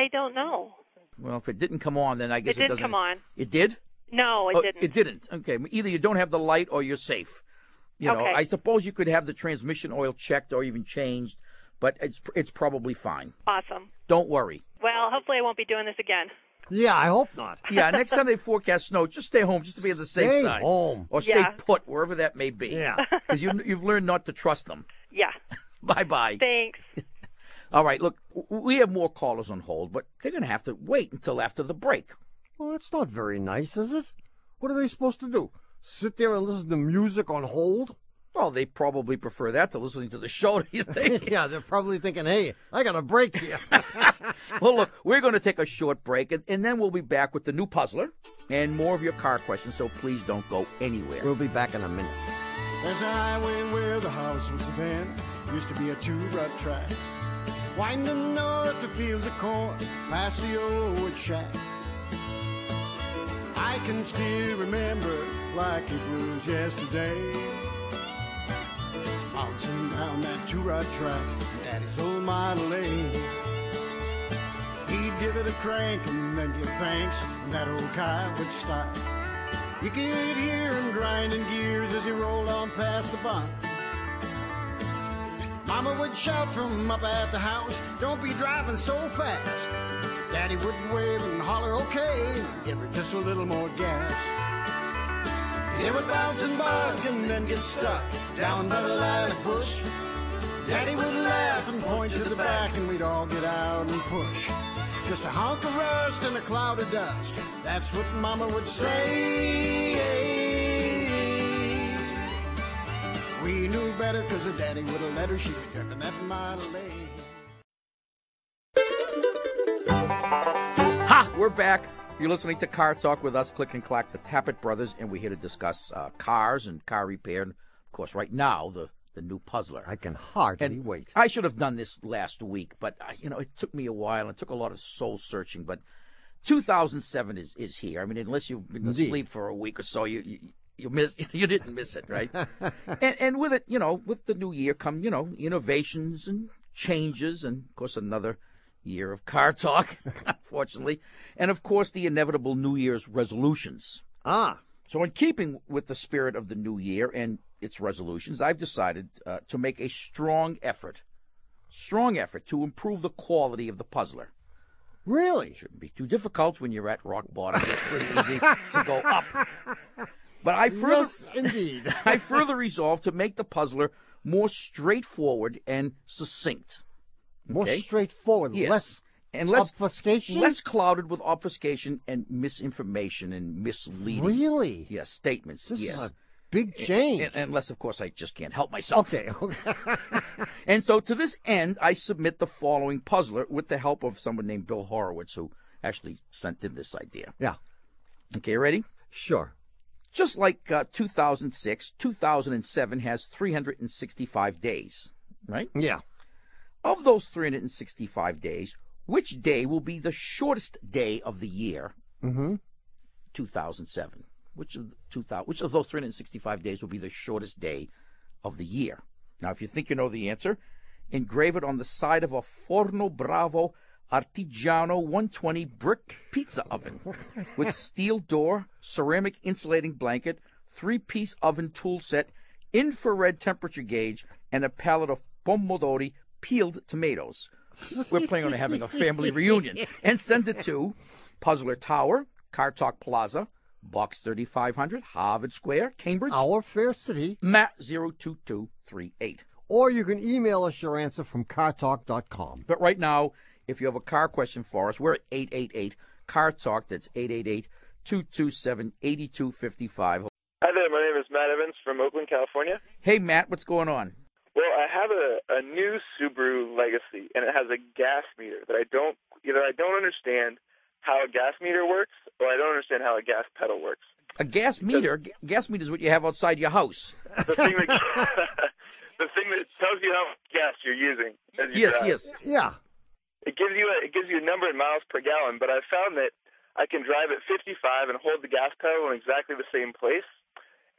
[SPEAKER 9] I don't know.
[SPEAKER 1] Well, if it didn't come on, then I guess it,
[SPEAKER 9] didn't
[SPEAKER 1] doesn't.
[SPEAKER 9] come on.
[SPEAKER 1] It did.
[SPEAKER 9] No, it
[SPEAKER 1] Oh,
[SPEAKER 9] didn't.
[SPEAKER 1] It didn't. Okay. Either you don't have the light or you're safe. You know,
[SPEAKER 9] Okay.
[SPEAKER 1] I suppose you could have the transmission oil checked or even changed, but it's it's probably fine.
[SPEAKER 9] Awesome.
[SPEAKER 1] Don't worry.
[SPEAKER 9] Well, hopefully I won't be doing this again.
[SPEAKER 2] Yeah, I hope not.
[SPEAKER 1] Yeah, next time they forecast snow, just stay home just to be on the safe
[SPEAKER 2] Stay
[SPEAKER 1] side.
[SPEAKER 2] home.
[SPEAKER 1] Or stay
[SPEAKER 9] Yeah.
[SPEAKER 1] put wherever that may be.
[SPEAKER 2] Yeah.
[SPEAKER 1] Because you, you've learned not to trust them.
[SPEAKER 9] Yeah.
[SPEAKER 1] Bye bye.
[SPEAKER 9] Thanks.
[SPEAKER 1] All right, look, w- we have more callers on hold, but they're going to have to wait until after the break.
[SPEAKER 2] Well, that's not very nice, is it? What are they supposed to do? Sit there and listen to music on hold?
[SPEAKER 1] Well, they probably prefer that to listening to the show, do you think?
[SPEAKER 2] yeah, they're probably thinking, hey, I got a break here.
[SPEAKER 1] well, look, we're going to take a short break, and, and then we'll be back with the new puzzler and more of your car questions, so please don't go anywhere.
[SPEAKER 2] we'll be back in a minute.
[SPEAKER 6] There's a highway where the house was then. Used to be a two-rut track. Winding north to fields of corn, past the old wood shack. I can still remember like it was yesterday. Bouncing down that two-rut track, Daddy's old Model A. He'd give it a crank and then give thanks, and that old car would stop. You could hear him grinding gears as he rolled on past the barn. Mama would shout from up at the house, don't be driving so fast. Daddy would wave and holler, okay, and give her just a little more gas. They would bounce and buck and then get stuck down by the line of bush. Daddy would laugh and point to the back, and we'd all get out and push. Just a honk of rust and a cloud of dust. That's what Mama would say. We knew
[SPEAKER 10] letter, cause her daddy would have let her. She was dripping that model A.
[SPEAKER 1] Ha! We're back. You're listening to Car Talk with us, Click and Clack, the Tappet Brothers, and we're here to discuss uh, cars and car repair. And of course, right now, the, the new puzzler.
[SPEAKER 2] I can hardly wait.
[SPEAKER 1] I should have done this last week, but I, you know, it took me a while. It took a lot of soul searching, but 2007 is, is here. I mean, unless you've been
[SPEAKER 2] Indeed.
[SPEAKER 1] asleep for a week or so, you you, you miss you didn't miss it, right? and and with it, you know, with the new year come, you know, innovations and changes, and of course another year of car talk, unfortunately, and of course the inevitable New Year's resolutions.
[SPEAKER 2] Ah,
[SPEAKER 1] So, in keeping with the spirit of the new year and its resolutions, I've decided uh, to make a strong effort, strong effort to improve the quality of the puzzler.
[SPEAKER 2] really?
[SPEAKER 1] Shouldn't be too difficult when you're at rock bottom. It's pretty easy to go up. But I further,
[SPEAKER 2] Yes, indeed.
[SPEAKER 1] I further resolved to make the puzzler more straightforward and succinct.
[SPEAKER 2] More
[SPEAKER 1] Okay.
[SPEAKER 2] straightforward,
[SPEAKER 1] Yes.
[SPEAKER 2] less
[SPEAKER 1] and less,
[SPEAKER 2] obfuscation?
[SPEAKER 1] less clouded with obfuscation and misinformation and misleading.
[SPEAKER 2] really.
[SPEAKER 1] Yes, statements.
[SPEAKER 2] This
[SPEAKER 1] yes.
[SPEAKER 2] is a big change.
[SPEAKER 1] And- unless, of course, I just can't help myself.
[SPEAKER 2] okay, okay.
[SPEAKER 1] And so, to this end, I submit the following puzzler with the help of someone named Bill Horowitz, who actually sent in this idea.
[SPEAKER 2] yeah,
[SPEAKER 1] Okay, ready?
[SPEAKER 2] sure.
[SPEAKER 1] Just like uh, 2006, 2007 has 365 days, right?
[SPEAKER 2] Yeah.
[SPEAKER 1] Of those 365 days, which day will be the shortest day of the year?
[SPEAKER 2] Mm-hmm.
[SPEAKER 1] 2007. Which of 2000, which of those 365 days will be the shortest day of the year? Now, if you think you know the answer, engrave it on the side of a Forno Bravo Artigiano 120 brick pizza oven with steel door, ceramic insulating blanket, three-piece oven tool set, infrared temperature gauge, and a pallet of pomodori peeled tomatoes. We're planning on having a family reunion. And send it to Puzzler Tower, Car Talk Plaza, Box 3500, Harvard Square, Cambridge,
[SPEAKER 2] Our fair city.
[SPEAKER 1] Matt 02238.
[SPEAKER 2] Or you can email us your answer from cartalk.com.
[SPEAKER 1] But right now, if you have a car question for us, we're at 888 Car Talk. That's 888 227 8255.
[SPEAKER 11] Hi there, my name is Matt Evans from Oakland, California.
[SPEAKER 1] Hey, Matt, what's going on?
[SPEAKER 11] Well, I have a, a new Subaru Legacy, and it has a gas meter that I don't either I don't understand how a gas meter works, or I don't understand how a gas pedal works.
[SPEAKER 1] A gas meter. G- gas meter is what you have outside your house.
[SPEAKER 11] The thing that the thing that tells you how much gas you're using. As you
[SPEAKER 1] Yes,
[SPEAKER 11] drive.
[SPEAKER 1] yes.
[SPEAKER 2] Yeah.
[SPEAKER 11] It gives you a, it gives you a number in miles per gallon, but I found that I can drive at 55 and hold the gas pedal in exactly the same place,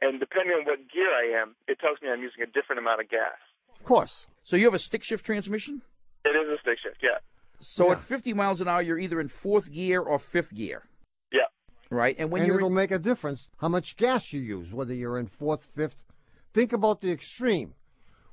[SPEAKER 11] and depending on what gear I am, it tells me I'm using a different amount of gas.
[SPEAKER 2] Of course.
[SPEAKER 1] So you have a stick shift transmission?
[SPEAKER 11] It is a stick shift, yeah,
[SPEAKER 1] So
[SPEAKER 2] Yeah.
[SPEAKER 1] at 50 miles an hour, you're either in fourth gear or fifth gear,
[SPEAKER 11] yeah.
[SPEAKER 1] right? And when
[SPEAKER 2] and
[SPEAKER 1] you're
[SPEAKER 2] it'll
[SPEAKER 1] in,
[SPEAKER 2] make a difference how much gas you use, whether you're in fourth, fifth. Think about the extreme.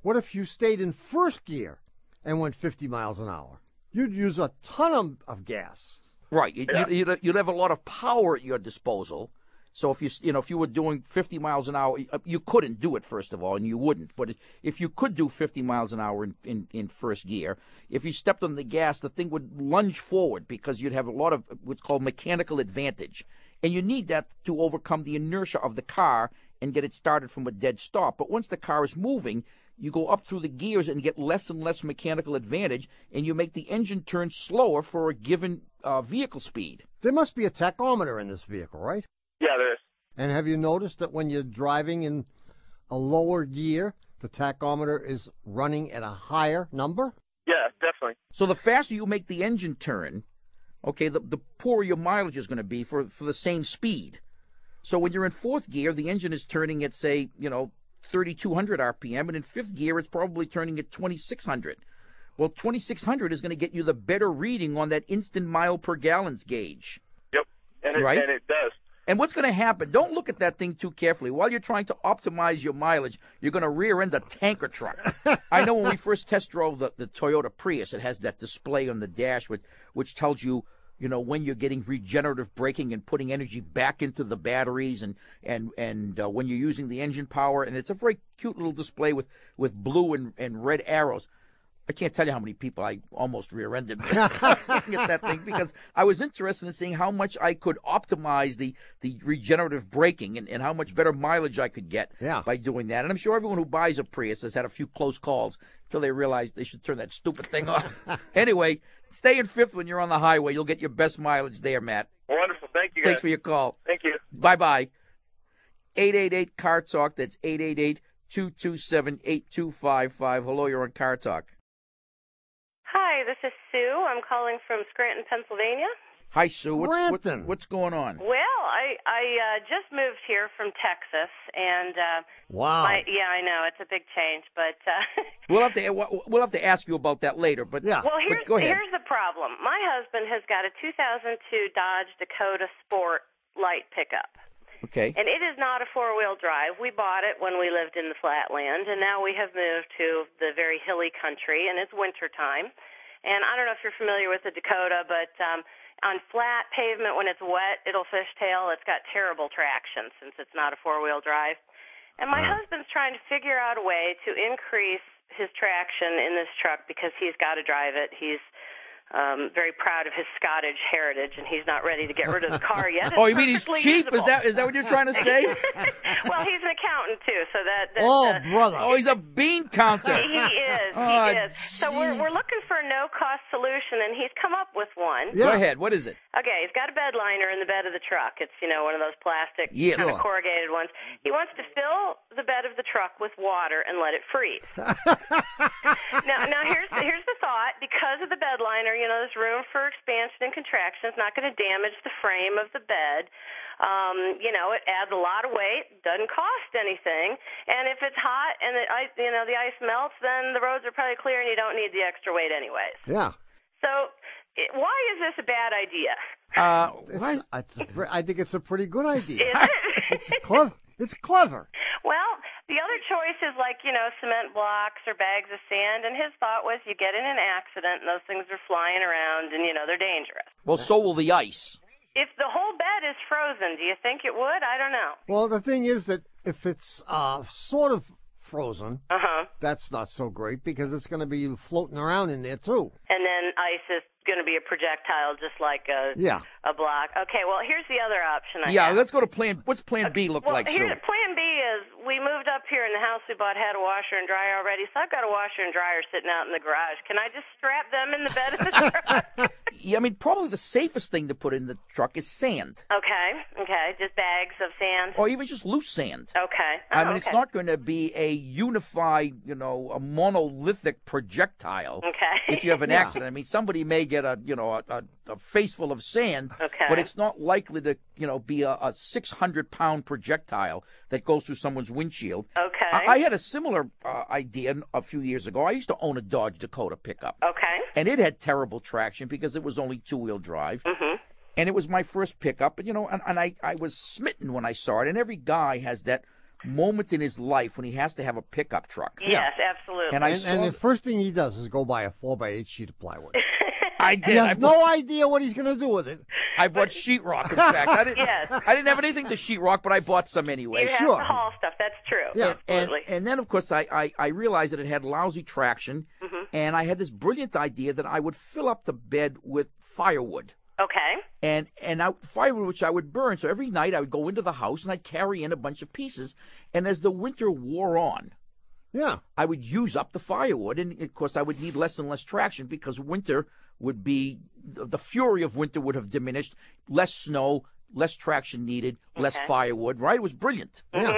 [SPEAKER 2] What if you stayed in first gear and went 50 miles an hour? You'd use a ton of, of gas.
[SPEAKER 1] right, you- you- you'd, you'd have a lot of power at your disposal. So if you s- you know if you were doing 50 miles an hour, uh, you couldn't do it first of all, and you wouldn't. But if you could do 50 miles an hour in, in, in first gear, if you stepped on the gas, the thing would lunge forward because you'd have a lot of what's called mechanical advantage, and you need that to overcome the inertia of the car and get it started from a dead stop. But once the car is moving, you go up through the gears and get less and less mechanical advantage, and you make the engine turn slower for a given uh, vehicle speed.
[SPEAKER 2] There must be a tachometer in this vehicle, right?
[SPEAKER 11] Yeah, there is.
[SPEAKER 2] And have you noticed that when you're driving in a lower gear, the tachometer is running at a higher number?
[SPEAKER 11] Yeah, definitely.
[SPEAKER 1] So the faster you make the engine turn, okay, the, the poorer your mileage is going to be for, for the same speed. So when you're in fourth gear, the engine is turning at, say, you know, 3,200 RPM, and in fifth gear, it's probably turning at 2,600. Well, 2,600 is going to get you the better reading on that instant mile per gallons gauge.
[SPEAKER 11] Yep. And it,
[SPEAKER 1] Right.
[SPEAKER 11] and it does.
[SPEAKER 1] And what's going to happen? Don't look at that thing too carefully. While you're trying to optimize your mileage, you're going to rear end a tanker truck. I know when we first test drove the, the Toyota Prius, it has that display on the dash which, which tells you, you know, when you're getting regenerative braking and putting energy back into the batteries and, and, and uh, when you're using the engine power. And it's a very cute little display with, with blue and, and red arrows. I can't tell you how many people I almost rear-ended when I was looking at that thing because I was interested in seeing how much I could optimize the, the regenerative braking and, and how much better mileage I could get by doing that. And I'm sure everyone who buys a Prius has had a few close calls until they realize they should turn that stupid thing off. anyway, stay in fifth when you're on the highway. You'll get your best mileage there, Matt.
[SPEAKER 11] Wonderful. Thank you.
[SPEAKER 1] Thanks
[SPEAKER 11] guys.
[SPEAKER 1] for your call.
[SPEAKER 11] Thank you.
[SPEAKER 1] Bye bye. 888 Car Talk. That's 888 227 8255. Hello, you're on Car Talk.
[SPEAKER 12] Hi, this is Sue. I'm calling from Scranton, Pennsylvania.
[SPEAKER 1] Hi, Sue. What's, what's, what's going on?
[SPEAKER 12] Well, I I uh, just moved here from Texas, and uh,
[SPEAKER 1] Wow.
[SPEAKER 12] my, yeah, I know it's a big change, but uh,
[SPEAKER 1] We'll have to eh, we'll have to ask you about that later. But
[SPEAKER 12] Well,
[SPEAKER 1] but
[SPEAKER 12] here's
[SPEAKER 1] go ahead.
[SPEAKER 12] here's the problem. My husband has got a 2002 Dodge Dakota Sport light pickup.
[SPEAKER 1] Okay.
[SPEAKER 12] And it is not a four wheel drive. We bought it when we lived in the flatland, and now we have moved to the very hilly country, and it's winter time. And I don't know if you're familiar with the Dakota, but um, on flat pavement, when it's wet, it'll fishtail. It's got terrible traction since it's not a four wheel drive. And my husband's trying to figure out a way to increase his traction in this truck because he's got to drive it. He's um, very proud of his Scottish heritage, and he's not ready to get rid of the car yet. It's
[SPEAKER 1] Oh, you mean he's
[SPEAKER 12] perfectly
[SPEAKER 1] cheap? Is
[SPEAKER 12] usable.
[SPEAKER 1] that is that what you're trying to say?
[SPEAKER 12] well, he's an accountant too, so that. that uh,
[SPEAKER 1] Oh, he's a bean counter.
[SPEAKER 12] He is.
[SPEAKER 1] Oh,
[SPEAKER 12] he is. So we're we're looking for a no cost solution, and he's come up with one.
[SPEAKER 1] Go ahead. What is it?
[SPEAKER 12] Okay, he's got a bed liner in the bed of the truck. It's you know one of those plastic
[SPEAKER 1] Yes.
[SPEAKER 12] kind of
[SPEAKER 1] Sure.
[SPEAKER 12] corrugated ones. He wants to fill the bed of the truck with water and let it freeze. now, now here's here's the thought. Because of the bed liner, you know, there's room for expansion and contraction. It's not going to damage the frame of the bed. Um, you know, it adds a lot of weight, doesn't cost anything, and if it's hot and the ice, you know, the ice melts, then the roads are probably clear and you don't need the extra weight anyways.
[SPEAKER 2] Yeah.
[SPEAKER 12] So, it, why is this a bad idea?
[SPEAKER 1] Uh,
[SPEAKER 2] it's, it's a pre- I think it's a pretty good idea.
[SPEAKER 12] Is it?
[SPEAKER 2] it's clever. It's clever.
[SPEAKER 12] Well, the other choice is like, you know, cement blocks or bags of sand. And his thought was you get in an accident and those things are flying around and, you know, they're dangerous.
[SPEAKER 1] Well, so will the ice.
[SPEAKER 12] If the whole bed is frozen, do you think it would? I don't know.
[SPEAKER 2] Well, the thing is that if it's uh, sort of frozen,
[SPEAKER 12] Uh-huh.
[SPEAKER 2] that's not so great because it's going to be floating around in there too.
[SPEAKER 12] And then ice is going to be a projectile just like a,
[SPEAKER 2] Yeah.
[SPEAKER 12] a block. Okay, well, here's the other option I
[SPEAKER 1] Yeah,
[SPEAKER 12] have.
[SPEAKER 1] let's go to plan. What's plan B look
[SPEAKER 12] well,
[SPEAKER 1] like, Sue?
[SPEAKER 12] here's, plan B is we moved up here in the house we bought had a washer and dryer already, so I've got a washer and dryer sitting out in the garage. Can I just strap them in the bed of the truck?
[SPEAKER 1] Yeah, I mean, probably the safest thing to put in the truck is sand,
[SPEAKER 12] okay, okay, just bags of sand.
[SPEAKER 1] or even just loose sand.
[SPEAKER 12] Okay.
[SPEAKER 1] I
[SPEAKER 12] Oh,
[SPEAKER 1] mean, it's
[SPEAKER 12] okay.
[SPEAKER 1] not going to be a unified, you know, a monolithic projectile.
[SPEAKER 12] Okay.
[SPEAKER 1] If you have an
[SPEAKER 12] Yeah.
[SPEAKER 1] accident, I mean, somebody may get a, you know, a, a, a face full of sand.
[SPEAKER 12] Okay.
[SPEAKER 1] But it's not likely to, you know, be a, a 600 pound projectile that goes through someone's windshield.
[SPEAKER 12] Okay.
[SPEAKER 1] I, I had a similar uh, idea a few years ago. I used to own a Dodge Dakota pickup.
[SPEAKER 12] Okay.
[SPEAKER 1] And it had terrible traction because it was only two wheel drive. Mm-hmm. And it was my first pickup. And, you know, and, and I, I was smitten when I saw it. And every guy has that moment in his life when he has to have a pickup truck.
[SPEAKER 12] Yes, absolutely.
[SPEAKER 1] And I
[SPEAKER 2] and,
[SPEAKER 1] saw
[SPEAKER 2] the
[SPEAKER 1] th-
[SPEAKER 2] first thing he does is go buy a four by eight sheet of plywood.
[SPEAKER 1] I
[SPEAKER 2] He
[SPEAKER 1] did. I
[SPEAKER 2] has
[SPEAKER 1] bought,
[SPEAKER 2] no idea what he's going to do with it.
[SPEAKER 1] I bought sheetrock, in fact. I didn't,
[SPEAKER 12] Yes.
[SPEAKER 1] I didn't have anything to sheetrock, but I bought some anyway.
[SPEAKER 12] you have to haul stuff. That's true.
[SPEAKER 1] And,
[SPEAKER 12] Absolutely.
[SPEAKER 1] and then, of course, I, I, I realized that it had lousy traction,
[SPEAKER 12] Mm-hmm.
[SPEAKER 1] and I had this brilliant idea that I would fill up the bed with firewood.
[SPEAKER 12] okay.
[SPEAKER 1] And and I, firewood which I would burn. So every night I would go into the house and I'd carry in a bunch of pieces. And as the winter wore on,
[SPEAKER 2] yeah,
[SPEAKER 1] I would use up the firewood, and of course I would need less and less traction because winter would be the fury of winter would have diminished. Less snow, less traction needed, less
[SPEAKER 12] Okay. Mm-hmm.
[SPEAKER 1] firewood. Right? It was brilliant.
[SPEAKER 2] Yeah.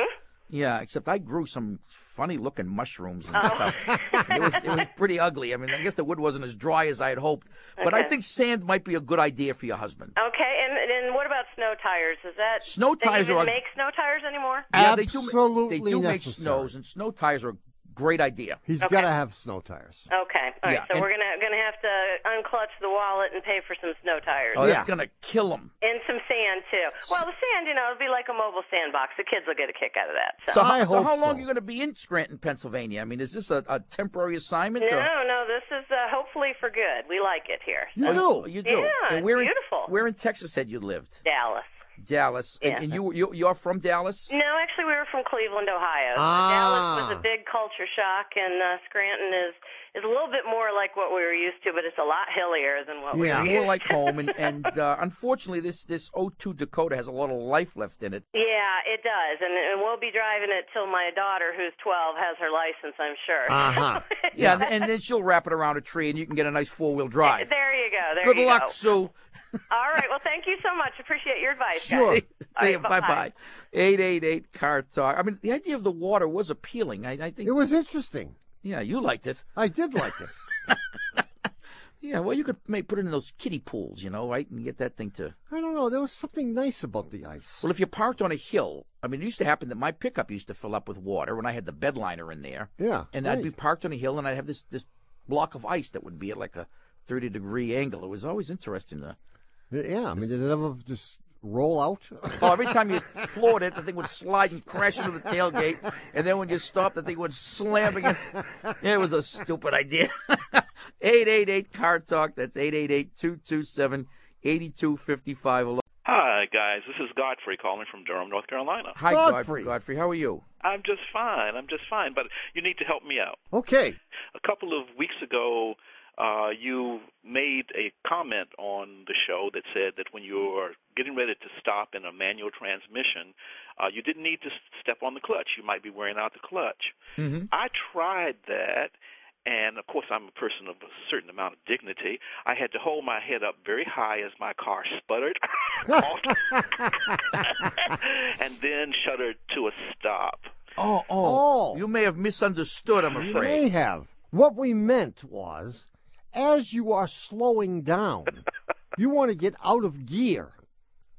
[SPEAKER 1] Yeah, except I grew some funny looking mushrooms and
[SPEAKER 12] Oh.
[SPEAKER 1] stuff. And it was it was pretty ugly. I mean, I guess the wood wasn't as dry as I had hoped. But I
[SPEAKER 12] Okay.
[SPEAKER 1] think sand might be a good idea for your husband.
[SPEAKER 12] Okay. And and what about snow tires? Is that
[SPEAKER 1] Snow
[SPEAKER 12] they
[SPEAKER 1] tires
[SPEAKER 12] even
[SPEAKER 1] are-
[SPEAKER 12] make snow tires anymore?
[SPEAKER 1] Yeah, they do ma-
[SPEAKER 2] Absolutely
[SPEAKER 1] They do make
[SPEAKER 2] necessary.
[SPEAKER 1] snows, and snow tires are a great idea.
[SPEAKER 2] He's got to have snow tires.
[SPEAKER 12] Okay. All right.
[SPEAKER 1] Yeah,
[SPEAKER 12] so
[SPEAKER 1] and-
[SPEAKER 12] we're gonna gonna have to unclutch the wallet and pay for some snow tires.
[SPEAKER 1] Oh, that's gonna kill him.
[SPEAKER 12] And some sand too. Well, the sand, you know, it'll be like a mobile sandbox. The kids will get a kick out of that. So.
[SPEAKER 1] So,
[SPEAKER 2] I
[SPEAKER 1] how, so
[SPEAKER 2] hope
[SPEAKER 1] how long
[SPEAKER 2] so.
[SPEAKER 1] are you going to be in Scranton, Pennsylvania? I mean, is this a, a temporary assignment?
[SPEAKER 12] No,
[SPEAKER 1] or?
[SPEAKER 12] no, this is uh, hopefully for good. We like it here.
[SPEAKER 2] You
[SPEAKER 1] Oh,
[SPEAKER 2] do.
[SPEAKER 1] You do.
[SPEAKER 12] Yeah,
[SPEAKER 1] and where
[SPEAKER 12] it's beautiful.
[SPEAKER 1] In, where in Texas had you lived?
[SPEAKER 12] Dallas.
[SPEAKER 1] Dallas, and,
[SPEAKER 12] Yeah.
[SPEAKER 1] and you you you're from Dallas.
[SPEAKER 12] No, actually, we were from Cleveland, Ohio. So
[SPEAKER 1] Ah.
[SPEAKER 12] Dallas was a big culture shock, and uh, Scranton is is a little bit more like what we were used to, but it's a lot hillier than what
[SPEAKER 1] yeah,
[SPEAKER 12] we were
[SPEAKER 1] more
[SPEAKER 12] used
[SPEAKER 1] like home, and and uh, unfortunately, this this 02 Dakota has a lot of life left in it.
[SPEAKER 12] Yeah, it does, and, and we'll be driving it till my daughter, who's 12, has her license. I'm sure.
[SPEAKER 1] Uh-huh. yeah, and then she'll wrap it around a tree, and you can get a nice four wheel drive.
[SPEAKER 12] There you go. There
[SPEAKER 1] Good
[SPEAKER 12] you
[SPEAKER 1] luck,
[SPEAKER 12] go.
[SPEAKER 1] Sue.
[SPEAKER 12] All right. Well, thank you so much. Appreciate your advice. guys.
[SPEAKER 1] Sure.
[SPEAKER 12] All right,
[SPEAKER 1] bye bye. Eight eight eight car talk. I mean, the idea of the water was appealing. I, I think
[SPEAKER 2] it was interesting.
[SPEAKER 1] Yeah, you liked it.
[SPEAKER 2] I did like it.
[SPEAKER 1] yeah, well, you could may put it in those kiddie pools, you know, right, and get that thing to.
[SPEAKER 2] I don't know. There was something nice about the ice.
[SPEAKER 1] Well, if you parked on a hill, I mean, it used to happen that my pickup used to fill up with water when I had the bedliner in there.
[SPEAKER 2] Yeah,
[SPEAKER 1] and I'd be parked on a hill, and I'd have this this block of ice that would be at like a thirty degree angle. It was always interesting. To,
[SPEAKER 2] Yeah, I mean, did it ever just roll out?
[SPEAKER 1] oh, every time you floored it, the thing would slide and crash into the tailgate, and then when you stopped, the thing would slam against. It was a stupid idea. Eight eight eight car talk. That's eight eight eight two two seven eighty two fifty five.
[SPEAKER 13] Hi, guys. This is Godfrey calling from Durham, North Carolina.
[SPEAKER 1] Hi, Godfrey. Godfrey, how are you?
[SPEAKER 13] I'm just fine. I'm just fine, but you need to help me out.
[SPEAKER 2] Okay.
[SPEAKER 13] A couple of weeks ago, uh, you made a comment on the show that said that when you are getting ready to stop in a manual transmission, uh, you didn't need to s- step on the clutch. You might be wearing out the clutch.
[SPEAKER 6] Mm-hmm.
[SPEAKER 13] I tried that, and of course, I'm a person of a certain amount of dignity. I had to hold my head up very high as my car sputtered and then shuddered to a stop.
[SPEAKER 1] Oh, oh, You may have misunderstood, I'm
[SPEAKER 2] You
[SPEAKER 1] afraid.
[SPEAKER 2] may have. What we meant was, as you are slowing down, you want to get out of gear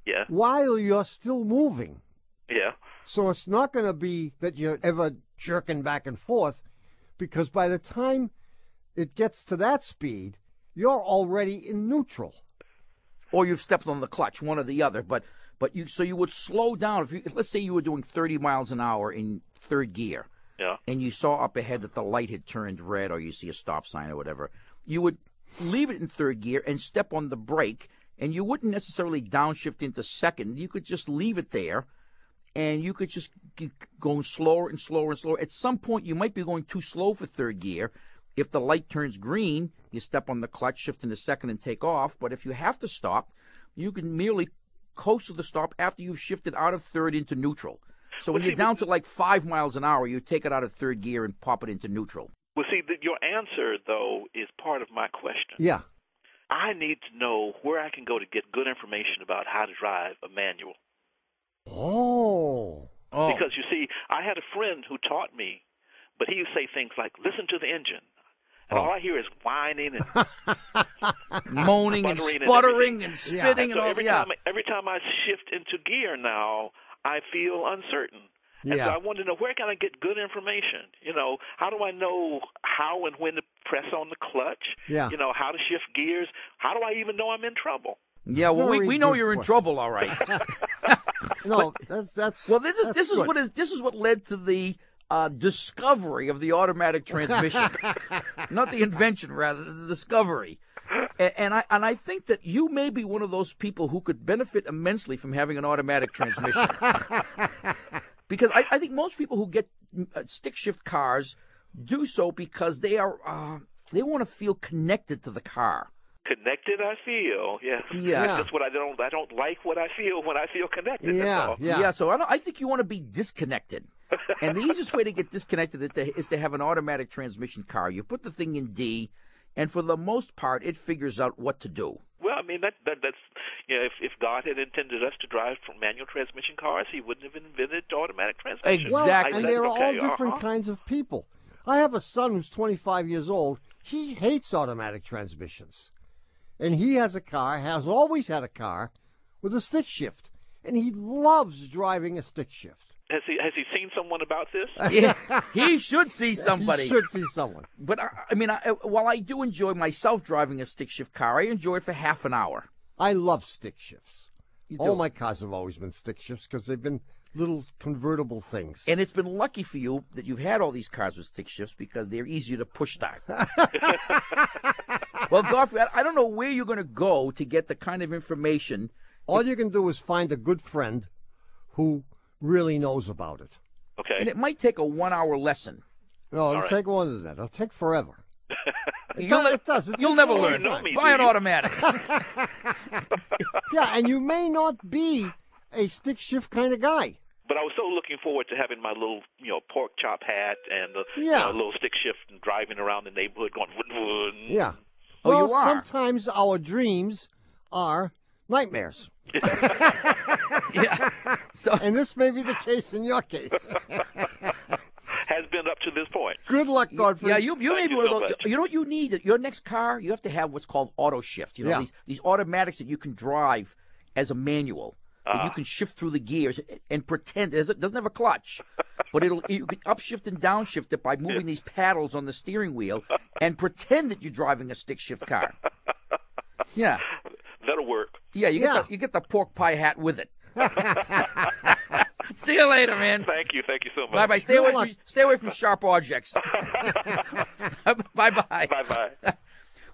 [SPEAKER 13] Yeah,
[SPEAKER 2] while you're still moving.
[SPEAKER 13] yeah.
[SPEAKER 2] So it's not going to be that you're ever jerking back and forth, because by the time it gets to that speed, you're already in neutral.
[SPEAKER 1] Or you've stepped on the clutch, one or the other. But but you so you would slow down if you let's say you were doing 30 miles an hour in third gear,
[SPEAKER 13] Yeah.
[SPEAKER 1] and you saw up ahead that the light had turned red, or you see a stop sign or whatever. You would leave it in third gear and step on the brake, and you wouldn't necessarily downshift into second. You could just leave it there. And you could just keep going slower and slower and slower. At some point, you might be going too slow for third gear, If the light turns green, you step on the clutch, shift in a second, and take off. But if you have to stop, you can merely coast to the stop after you've shifted out of third into neutral. So when
[SPEAKER 13] Well,
[SPEAKER 1] you're
[SPEAKER 13] see,
[SPEAKER 1] down to like five miles an hour, you take it out of third gear and pop it into neutral.
[SPEAKER 13] Well, see, th- your answer, though, is part of my question.
[SPEAKER 2] Yeah.
[SPEAKER 13] I need to know where I can go to get good information about how to drive a manual.
[SPEAKER 2] Oh.
[SPEAKER 13] Because you see, I had a friend who taught me, but he would say things like, listen to the engine. And all I hear is whining and
[SPEAKER 1] Moaning Ah, and
[SPEAKER 13] sputtering
[SPEAKER 1] sputtering
[SPEAKER 13] everything.
[SPEAKER 1] and spitting and
[SPEAKER 13] so
[SPEAKER 1] all
[SPEAKER 13] every
[SPEAKER 1] that.
[SPEAKER 13] time, every time I shift into gear now, I feel uncertain. And so
[SPEAKER 1] Yeah.
[SPEAKER 13] I want to know where can I get good information? You know, how do I know how and when to press on the clutch?
[SPEAKER 1] Yeah.
[SPEAKER 13] You know, how to shift gears? How do I even know I'm in trouble?
[SPEAKER 1] Yeah, well, we,
[SPEAKER 13] Very
[SPEAKER 1] we know
[SPEAKER 13] good
[SPEAKER 1] you're in
[SPEAKER 13] question.
[SPEAKER 1] trouble, all right.
[SPEAKER 2] no, that's that's
[SPEAKER 1] well. This is this is
[SPEAKER 2] good.
[SPEAKER 1] what is this is what led to the uh, discovery of the automatic transmission, not the invention, rather the discovery. And, and I and I think that you may be one of those people who could benefit immensely from having an automatic transmission, because I, I think most people who get uh, stick shift cars do so because they are uh, they want to feel connected to the car.
[SPEAKER 13] Connected, I feel. Yes.
[SPEAKER 1] Yeah.
[SPEAKER 13] That's just what I don't. I don't like what I feel when I feel connected. that's all.
[SPEAKER 1] yeah. So I, don't, I think you want to be disconnected. and the easiest way to get disconnected is to, is to have an automatic transmission car. You put the thing in D, and for the most part, it figures out what to do.
[SPEAKER 13] Well, I mean that, that that's you know if if God had intended us to drive from manual transmission cars, He wouldn't have invented automatic transmission.
[SPEAKER 2] Well,
[SPEAKER 13] I
[SPEAKER 2] and
[SPEAKER 13] think,
[SPEAKER 2] they're all
[SPEAKER 13] okay,
[SPEAKER 2] different
[SPEAKER 13] uh-huh.
[SPEAKER 2] kinds of people. I have a son who's 25 years old. He hates automatic transmissions. And he has a car, has always had a car, with a stick shift. And he loves driving a stick shift.
[SPEAKER 13] Has he has he seen someone about this?
[SPEAKER 1] he should see somebody.
[SPEAKER 2] He should see someone.
[SPEAKER 1] But I, I mean, I, while I do enjoy myself driving a stick shift car, I enjoy it for half an hour.
[SPEAKER 2] I love stick shifts.
[SPEAKER 1] You
[SPEAKER 2] All
[SPEAKER 1] do.
[SPEAKER 2] my cars have always been stick shifts because they've been little convertible things.
[SPEAKER 1] And it's been lucky for you that you've had all these cars with stick shifts because they're easier to push start. well, Godfrey, I, I don't know where you're going to go to get the kind of information
[SPEAKER 2] All you can do is find a good friend who really knows about it.
[SPEAKER 13] Okay.
[SPEAKER 1] And it might take a one hour lesson.
[SPEAKER 2] No, it'll take longer than that. It'll take forever. It
[SPEAKER 1] You'll
[SPEAKER 2] does-
[SPEAKER 1] ne-
[SPEAKER 2] it does. It
[SPEAKER 1] you'll
[SPEAKER 2] takes
[SPEAKER 1] never
[SPEAKER 2] a long
[SPEAKER 1] learn.
[SPEAKER 2] time.
[SPEAKER 1] Buy an automatic.
[SPEAKER 2] yeah, and you may not be a stick shift kind of guy.
[SPEAKER 13] But I was so looking forward to having my little, you know, pork chop hat and the you
[SPEAKER 2] Yeah.
[SPEAKER 13] know, little stick shift and driving around the neighborhood going. "Wood, wood."
[SPEAKER 2] Yeah.
[SPEAKER 13] Oh,
[SPEAKER 2] well,
[SPEAKER 13] you are.
[SPEAKER 2] sometimes our dreams are nightmares.
[SPEAKER 1] yeah. So,
[SPEAKER 2] and this may be the case in your case.
[SPEAKER 13] Has been up to this point.
[SPEAKER 2] Good luck, Godfrey.
[SPEAKER 1] Yeah, you you need
[SPEAKER 13] Thank you
[SPEAKER 1] one of
[SPEAKER 13] so
[SPEAKER 1] those.
[SPEAKER 13] much.
[SPEAKER 1] You know what you need? Your next car, you have to have what's called auto shift. You know
[SPEAKER 2] Yeah.
[SPEAKER 1] these these automatics that you can drive as a manual. And you
[SPEAKER 13] Ah.
[SPEAKER 1] can shift through the gears and pretend it doesn't- doesn't have a clutch, but it'll you can upshift and downshift it by moving these paddles on the steering wheel and pretend that you're driving a stick shift car. Yeah,
[SPEAKER 13] That'll work.
[SPEAKER 1] yeah, you get
[SPEAKER 13] Yeah.
[SPEAKER 1] The, you get the pork pie hat with it. See you later, man.
[SPEAKER 13] Thank you. Thank you so much.
[SPEAKER 1] Bye bye. Stay away. From, stay away from sharp objects. bye bye. Bye
[SPEAKER 13] bye.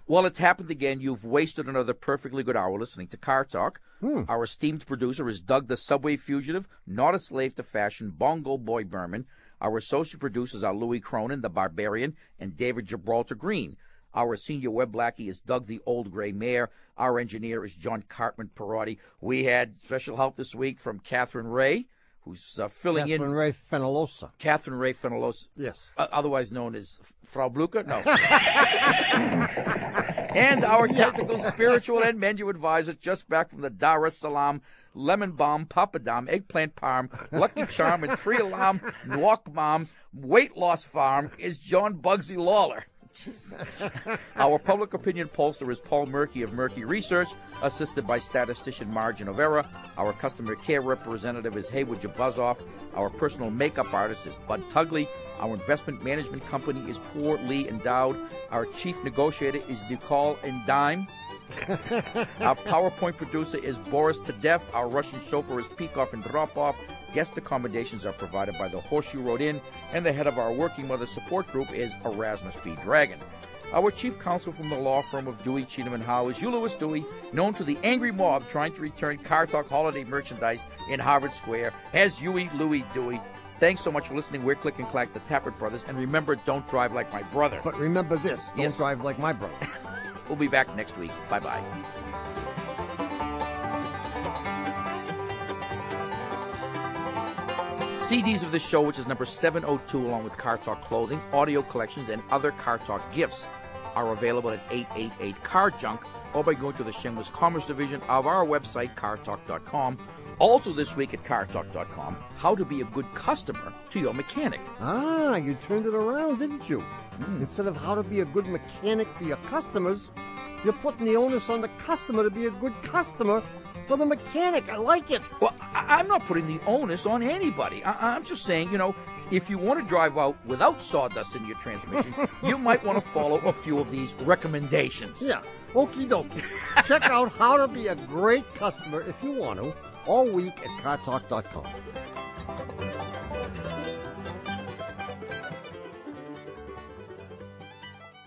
[SPEAKER 1] Well, it's happened again. You've wasted another perfectly good hour listening to Car Talk.
[SPEAKER 2] Hmm.
[SPEAKER 1] Our esteemed producer is Doug the Subway Fugitive, not a slave to fashion, Bongo Boy Berman. Our associate producers are Louis Cronin, the Barbarian, and David Gibraltar Green. Our senior web blackie is Doug the Old Gray Mare. Our engineer is John Cartman Perotti. We had special help this week from Catherine Ray, who's uh, filling in.
[SPEAKER 2] Catherine Ray Fenelosa.
[SPEAKER 1] Catherine Ray Fenelos.
[SPEAKER 2] Yes.
[SPEAKER 1] o- otherwise known as Frau Blucher? No. and our technical, spiritual, and menu advisor, just back from the Dar es Salaam, Lemon Bomb, Papadom, Eggplant Parm, Lucky Charm, and Tree Alarm, Nwok Mom, Weight Loss Farm, is John Bugsy Lawler. Our public opinion pollster is Paul Murky of Murky Research, assisted by statistician Margin of Error. Our customer care representative is Haywood Jabuzoff. Our personal makeup artist is Bud Tugley. Our investment management company is Poor Lee and Dowd. Our chief negotiator is Nicole and Dime. Our PowerPoint producer is Boris Tadef. Our Russian chauffeur is Peekoff and Dropoff. Guest accommodations are provided by the Horseshoe Road Inn, and the head of our Working Mother Support Group is Erasmus B. Dragon. Our chief counsel from the law firm of Dewey, Cheatham and Howe is Hugh Lewis Dewey, known to the angry mob trying to return Car Talk holiday merchandise in Harvard Square as Huey Louie Dewey. Thanks so much for listening. We're Click and Clack, the Tappert Brothers, and remember, don't drive like my brother.
[SPEAKER 2] But remember this don't
[SPEAKER 1] Yes.
[SPEAKER 2] drive like my brother.
[SPEAKER 1] We'll be back next week. Bye bye. CDs of this show, which is number 702, along with Car Talk clothing, audio collections, and other Car Talk gifts, are available at 888 Car Junk or by going to the Shameless Commerce Division of our website, cartalk.com. Also, this week at cartalk.com, how to be a good customer to your mechanic. Hmm.
[SPEAKER 2] Ah, you turned it around, didn't you? Instead of how to be a good mechanic for your customers, you're putting the onus on the customer to be a good customer for the mechanic. I like it.
[SPEAKER 1] Well, I- I'm not putting the onus on anybody. I- I'm just saying, you know, if you want to drive out without sawdust in your transmission, you might want to follow a few of these recommendations.
[SPEAKER 2] Yeah, okie dokie. Check out how to be a great customer if you want to all week at cartalk.com.